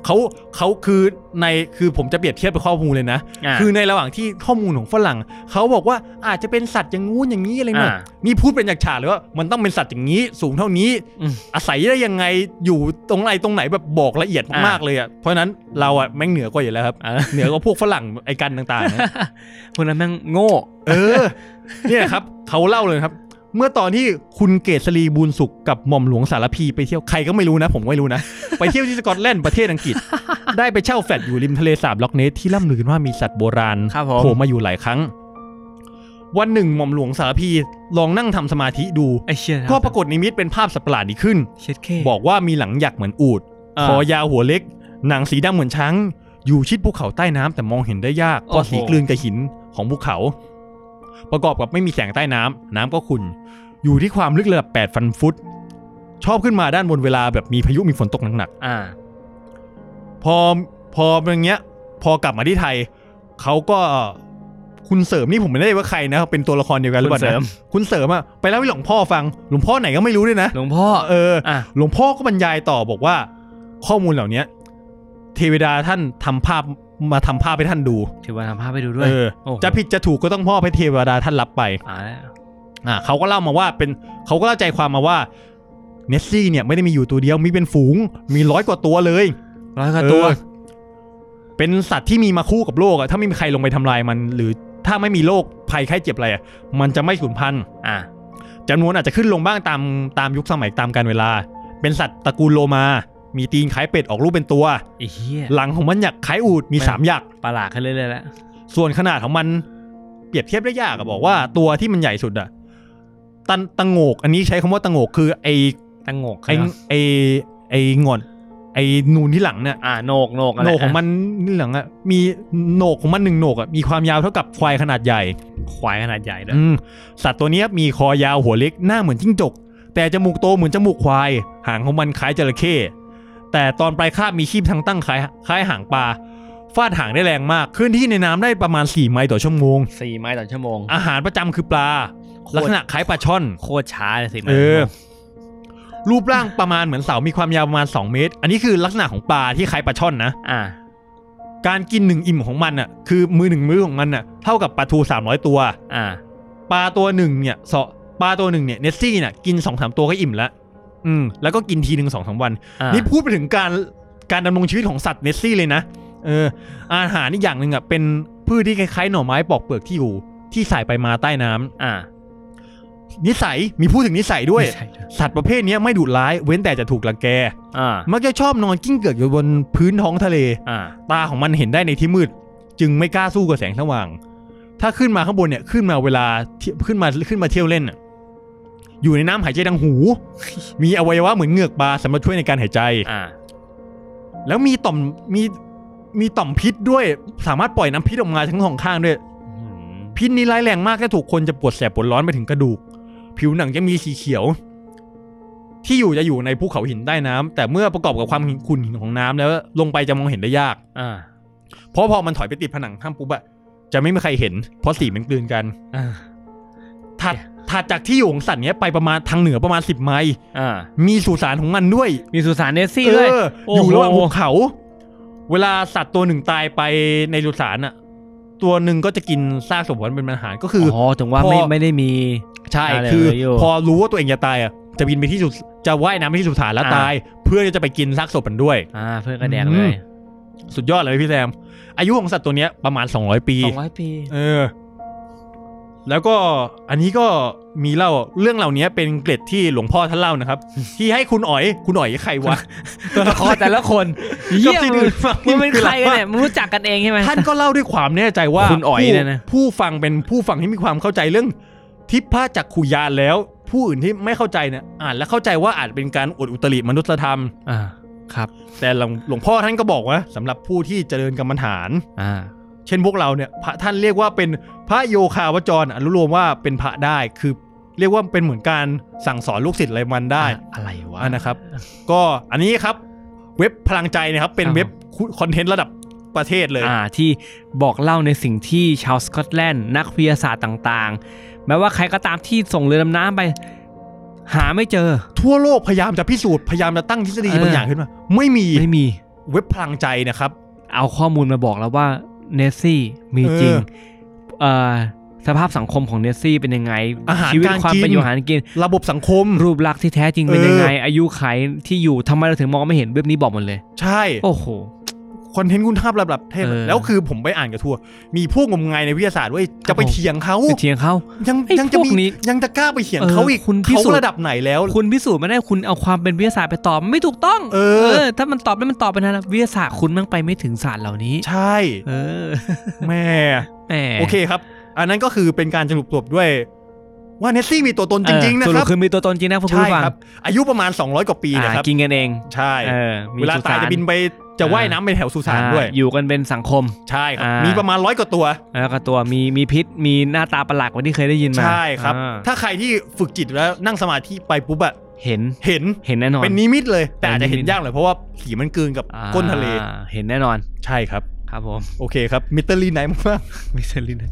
เขาเขาคือในคือผมจะเปรียบเทียบไปข้อมูลเลยนะ อ่า คือในระหว่างที่ข้อมูลของฝรั่งเขาบอกว่าอาจจะเป็นสัตว์อย่างงู้นอย่างนี้อะไรเนี่ย อ่า นี่พูดเป็นจากฉากเลยว่ามันต้องเป็นสัตว์อย่างนี้ สูงเท่านี้ อืม อาศัยได้ยังไงอยู่ตรงไหนตรงไหนแบบบอกละเอียดมากๆเลยอ่ะเพราะฉะนั้นเราอ่ะแม่งเหนือกว่าอยู่แล้วครับ เออ เหนือกว่าพวกฝรั่งไอ้กันต่างๆนะ คนนั้นแม่งโง่ เออ เนี่ยครับ เขาเล่าเลยครับ เมื่อตอนที่คุณเกษรีบุญสุขกับหม่อมหลวงสารพีไปเที่ยวใครก็ไม่รู้นะผมก็ไม่รู้นะ ไปเที่ยวที่สกอตแลนด์ประเทศอังกฤษ ได้ไปเช่าแฟลตอยู่ริมทะเลสาบล็อกเนสที่ล่ำลือกันว่ามีสัตว์โบราณ ครับผม โผล่มาอยู่หลายครั้ง วันหนึ่งหม่อมหลวงสารพีลองนั่งทำสมาธิดู ไอเชี่ย ก็ปรากฏนิมิตเป็นภาพสัตว์ประหลาดนี้ขึ้น เช็ดเค บอกว่ามีหลังหยักษ์เหมือนอูด อ่า คอยาวหัวเล็ก หนังสีดำเหมือนช้าง อยู่ชิดภูเขาใต้น้ำแต่มองเห็นได้ยาก โอ้ ก็ โห สีกลืนกับหินของภูเขา ประกอบกับไม่มีแสงใต้น้ำน้ำก็ขุ่น อยู่ที่ความลึกระดับ8ฟันฟุต ชอบขึ้นมาด้านบนเวลาแบบมีพายุมีฝนตกหนัก อ่า ๆ พอพออย่างเงี้ย พอกลับมาที่ไทย เขาก็คุณเสริมนี่ผมไม่ได้ว่าใครนะเป็นตัวละครเดียวกันหรือเปล่า คุณเสริ นะ ม คุณเสริมอะไปเล่าให้หลวงพ่อฟังหลวงพ่อไหนก็ไม่รู้ด้วยนะ หลวงพ่อ เออ อ่ะ หลวงพ่อก็บรรยายต่อบอกว่า ข้อมูลเหล่าเนี้ยเทวดาท่านทำภาพมาทำภาพให้ท่านดู ถือว่าทำภาพไปดูด้ว เอย อ โอ้โห จะผิดจะถูกก็ต้องมอบให้เทวดาท่านรับไป อ่า อ่าเขาก็เล่ามาว่าเป็นเขาก็เล่าใจความมาว่าเนสซี่เนี่ยไม่ได้มีอยู่ตัวเดียวมีเป็นฝูง มีร้อยกว่าตัวเลย ร้อยกว่าตัว เออเป็นสัตว์ที่มีมาคู่กับโลกอะถ้าไม่มีใครลงไปทำลายมัน หรือถ้าไม่มีโรคภัยไข้เจ็บอะไรอะมันจะไม่สูญพันธุ์ อ่า จำนวนอาจจะขึ้นลงบ้างตามตามยุคสมัยตามการเวลา เป็นสัตว์ตระกูลโลมา มีตีนคล้ายเป็ดออกรูปเป็นตัว ไอ้เหี้ย หลังของมันหยักคล้ายอูดมี แม่ง สามหยัก ประหลาดขึ้นเรื่อยๆแล้ว ส่วนขนาดของมันเปรียบเทียบได้ยากอะบอกว่าตัวที่มันใหญ่สุดอะตันตังโงก อันนี้ใช้คำว่าตังโงกคือไอ ตั้งโงก ไอ ขึ้นเหรอ ไอไอหงอนไอนูนที่หลังเนี่ย อ่าโหนกโหนกะ โห ไร นกของมันนี่หลังอะมีโหนกของมันหนึ่งโหนกอะมีความยาวเท่ากับควายขนาดใหญ่ ควายขนาดใหญ่เลย อืมสัตว์ตัวเนี้ยมีคอยาวหัวเล็กหน้าเหมือนจิ้งจก แต่จมูกโตเหมือนจมูกควาย หางของมันคล้ายจระเข้แต่ตอนปลายคาบมีครีบทางตั้งคล้ายคล้ายหางปลาฟาดหางได้แรงมากเคลื่อนที่ในน้ำได้ประมาณ 4 ไมล์ต่อชั่วโมง สี่ไม้ต่อชั่วโมง อาหารประจำคือปลา โคตร ลักษณะคล้ายปลาช่อน โคตรช้าเลยสี่ไม้ เอ ต่อชั่ว อ โมง รูปร่างประมาณเหมือนเสามีความยาวประมาณ 2 เมตร อันนี้คือลักษณะของปลาที่คล้ายปลาช่อนนะ อ่า การกินหนึ่งอิ่มของมันอ่ะคือมือหนึ่งมื้อของมันอ่ะเท่ากับปลาทู 300 ตัว อ่า ปลาตัวหนึ่งเนี่ยเสาะปลาตัวหนึ่งเนี่ยเนสซี่เนี่ยกินสองสามตัวก็อิ่มแล้วอืมแล้วก็กินทีหนึ่งสองสามวัน อ่า นี่พูดไปถึงการการดำรงชีวิตของสัตว์เนสซี่เลยนะเอออาหารนี่อย่างหนึ่งอ่ะเป็นพืชที่คล้ายๆหน่อไม้ปอกเปลือกที่อยู่ ที่สายไปมาใต้น้ำ อ่า นิสัยมีพูดถึงนิสัยด้วย ไม่ใช่ด้วย สัตว์ประเภทเนี้ยไม่ดุร้ายเว้นแต่จะถูกลังแก อ่า มักจะชอบนอนกิ้งเกือกอยู่บนพื้นท้องทะเล อ่า ตาของมันเห็นได้ในที่มืด จึงไม่กล้าสู้กับแสงสว่าง ถ้าขึ้นมาข้างบนเนี่ยขึ้นมาเวลาเที่ยขึ้นมาขึ้นมาเที่ยวเล่นน่ะอยู่ในน้ำหายใจดังหู มีอวัยวะเหมือนเหงือกปลาสำหรับช่วยในการหายใจ อ่า แล้วมีต่อมมีมีต่อมพิษด้วย สามารถปล่อยน้ำพิษออกมาทั้งสองข้างด้วย อืม พิษนี้ร้ายแรงมากถ้าถูกคนจะปวดแสบปวดร้อนไปถึงกระดูก ผิวหนังจะมีสีเขียว ที่อยู่จะอยู่ในภูเขาหินใต้น้ำแต่เมื่อประกอบกับความหินขุ่นของน้ำแล้วลงไปจะมองเห็นได้ยาก อ่า เพราะพอมันถอยไปติดผนังถ้ำปุ๊บอะจะไม่มีใครเห็น เพราะสีมันกลืนกัน อ่า ถัดถัดจากที่อยู่ของสัตว์เนี้ยไปประมาณทางเหนือประมาณ 10 ไมล์ อ่า มีสุสานของมันด้วย มีสุสานเนสซี่ เอ ด้วย อ โอ้ อยู่ โห ระหว่างภูเขา เวลาสัตว์ตัวหนึ่งตายไปในสุสานอะตัวหนึ่งก็จะกินซากศพมันเป็นอาหารก็คืออ อ๋อ ถึงว่าไม่ พอ ไม่ได้มี ใช่ อะไร คือ อยู่ พอรู้ว่าตัวเองจะตายอะจะบินไปที่สุสจะว่ายน้ำไปที่สุสานแล้ว อ่า ตาย เพื่อจะไปกินซากศพมันด้วย อ่า เพื่อนกระแดกเลย สุดยอดเลยพี่แซมอายุของสัตว์ตัวเนี้ยประมาณ 200 ปี สองร้อยปี เออ แล้วก็อันนี้ก็มีเล่าเรื่องเหล่านี้เป็นเกร็ดที่หลวงพ่อท่านเล่านะครับ ที่ให้คุณอ๋อย คุณอ๋อยใครวะ ตัวละครแต่ละคน เหี้ เยี่ ย ย มึ ม ง มึงเป็นใครกันเนี่ยมึงรู้จักกันเองใช่ไหม ท่านก็เล่าด้วยความแน่ใจว่า คุณอ๋อย ผู้ เนี่ยนะ ผู้ฟังเป็นผู้ฟังที่มีความเข้าใจเรื่องทิพพะจักขุยานแล้ว ผู้อื่นที่ไม่เข้าใจเนี่ยอ่านและเข้าใจว่าอาจเป็นการอวดอุตริมนุษยธรรม อ่า ครับ แต่หลวงหลวงพ่อท่านก็บอกว่าสำหรับผู้ที่เจริญกรรมฐาน อ่า เช่นพวกเราเนี่ยพระท่านเรียกว่าเป็นพระโยคาวจรอนุโลมว่าเป็นพระได้คือ เรียกว่าเป็นเหมือนการสั่งสอนลูกศิษย์อะไรมันได้ อะไรวะ อ่ะนะครับ ก็อันนี้ครับเว็บพลังใจนะครับเป็น อ่า เว็บคุคอนเทนต์ระดับประเทศเลย อ่าที่บอกเล่าในสิ่งที่ชาวสกอตแลนด์นักวิทยาศาสตร์ต่างๆ แม้ว่าใครก็ตามที่ส่งเรือดำน้ำไป หาไม่เจอ ทั่วโลกพยายามจะพิสูจน์พยายามจะตั้งทฤษฎี เออ บางอย่างขึ้นมา ไม่มี ไม่มี เว็บพลังใจนะครับ เอาข้อมูลมาบอกแล้วว่าเนสซี่มีจริง เออ เอ่อสภาพสังคมของเนสซี่เป็นยังไง อาหาร ชีวิต การ ความเป็น กิน อยู่อาหารกิน ระบบสังคม รูปลักษณ์ที่แท้จริงเป็น เออ ยังไง อายุไขที่อยู่ทำไมเราถึงมองไม่เห็นเว็บนี้บอกหมดเลย ใช่ โอ้โห คอนเทนต์คุณภาพระดับเทพ เออ แล้วคือผมไปอ่านกับทัวร์มีพวกงมงายในวิทยาศาสตร์เว้ยจะไปเถียงเขา ไปเถียงเขา ยัง ไอ้ ยังจะ พวกนี้ มียังจะกล้าไปเถียงเขาอีก เออคุณพิ เขา สูจน์ ระดับไหนแล้ว คุณพิสูจน์ไม่ได้คุณเอาความเป็นวิทยาศาสตร์ไปตอบไม่ถูกต้อง เออ ถ้ามันตอบได้มันตอบไปนะวิทยาศาสตร์คุณมันไปไม่ถึงศาสตร์เหล่านี้ ใช่ เออ แม่ แหม โอเคครับ อันนั้นก็คือเป็นการสรุปจบด้วย ว่าเนสซี่มีตัวตนจริง ๆ นะ เออส ค รุปรับ คือมีตัวตนจริงนะคุณผู้ ใช่ ฟัง ครับ อายุประมาณ 200 กว่าปี อ่า นะครับ กินกันเอง ใช่ เออมี เวลาตาย สุสน จะบินไปจะว่ายน้ำไปแถวสุสานด้วย อ่อยู่กันเป็นสังคม ใช่ครับ อ่ามี มีประมาณร้อยกว่าตัว แล้วก็ตัวมีมีพิษมีหน้าตาประหลาดกว่าที่เคยได้ยินมา ใช่ครับ อ่า ถ้าใครที่ฝึกจิตแล้วนั่งสมาธิไปปุ๊บอะ เห็น เห็น เห็นแน่นอน เป็นนิมิตเลย แต่อาจจะเห็น เป็นนิมิต ยากหน่อยเพราะว่าสีมันกลืนกับ อ่า ก้นทะเล เห็นแน่นอน ใช่ครับ ครับผม โอเคครับมิเตอร์ลีไนท์มาก มิสลิน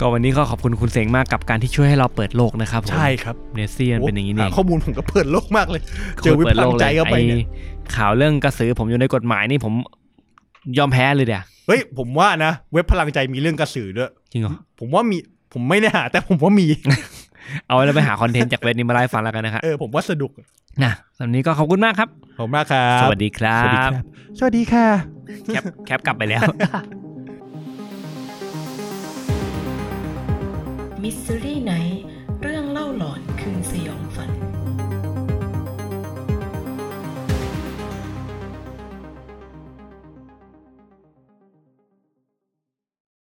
ก็วันนี้ก็ขอบคุณคุณเสงมากกับการที่ช่วยให้เราเปิดโลกนะครับผ ๆ ม ใช่ครับ เนสเซียนเป็นอย่างนี้เอง หข้อมูลผมก็เปิดโลกมากเลย เจอวิ ปิด พากษ์วิจารณ์เข้าไปเนี่ย อ้ข่าวเรื่องกระสือผมอยู่ในกฎหมายนี่ผมยอมแพ้เลยเดี๋ย เฮ้ยผมว่านะ เว็บพลังใจมีเรื่องกระสือด้วย จริงเหรอ ผมว่ามีผมไม่ได้หา แต่ผมว่ามี เอาไว้เราไปหาคอนเทนต์จากเว็บนี้มาไล่าให้ฟังแล้วกันนะครับ เออผมว่าสนุก นะสำหรับวันนี้ก็ขอบคุณมากครับ ขอบมากครับ สวัสดีครับ สวัสดีครับ สวัแคสดีค่ะปแคปกลับไปแล้ว มิสซิรี่ไนเรื่องเล่าหลอนคืนสยองฝัน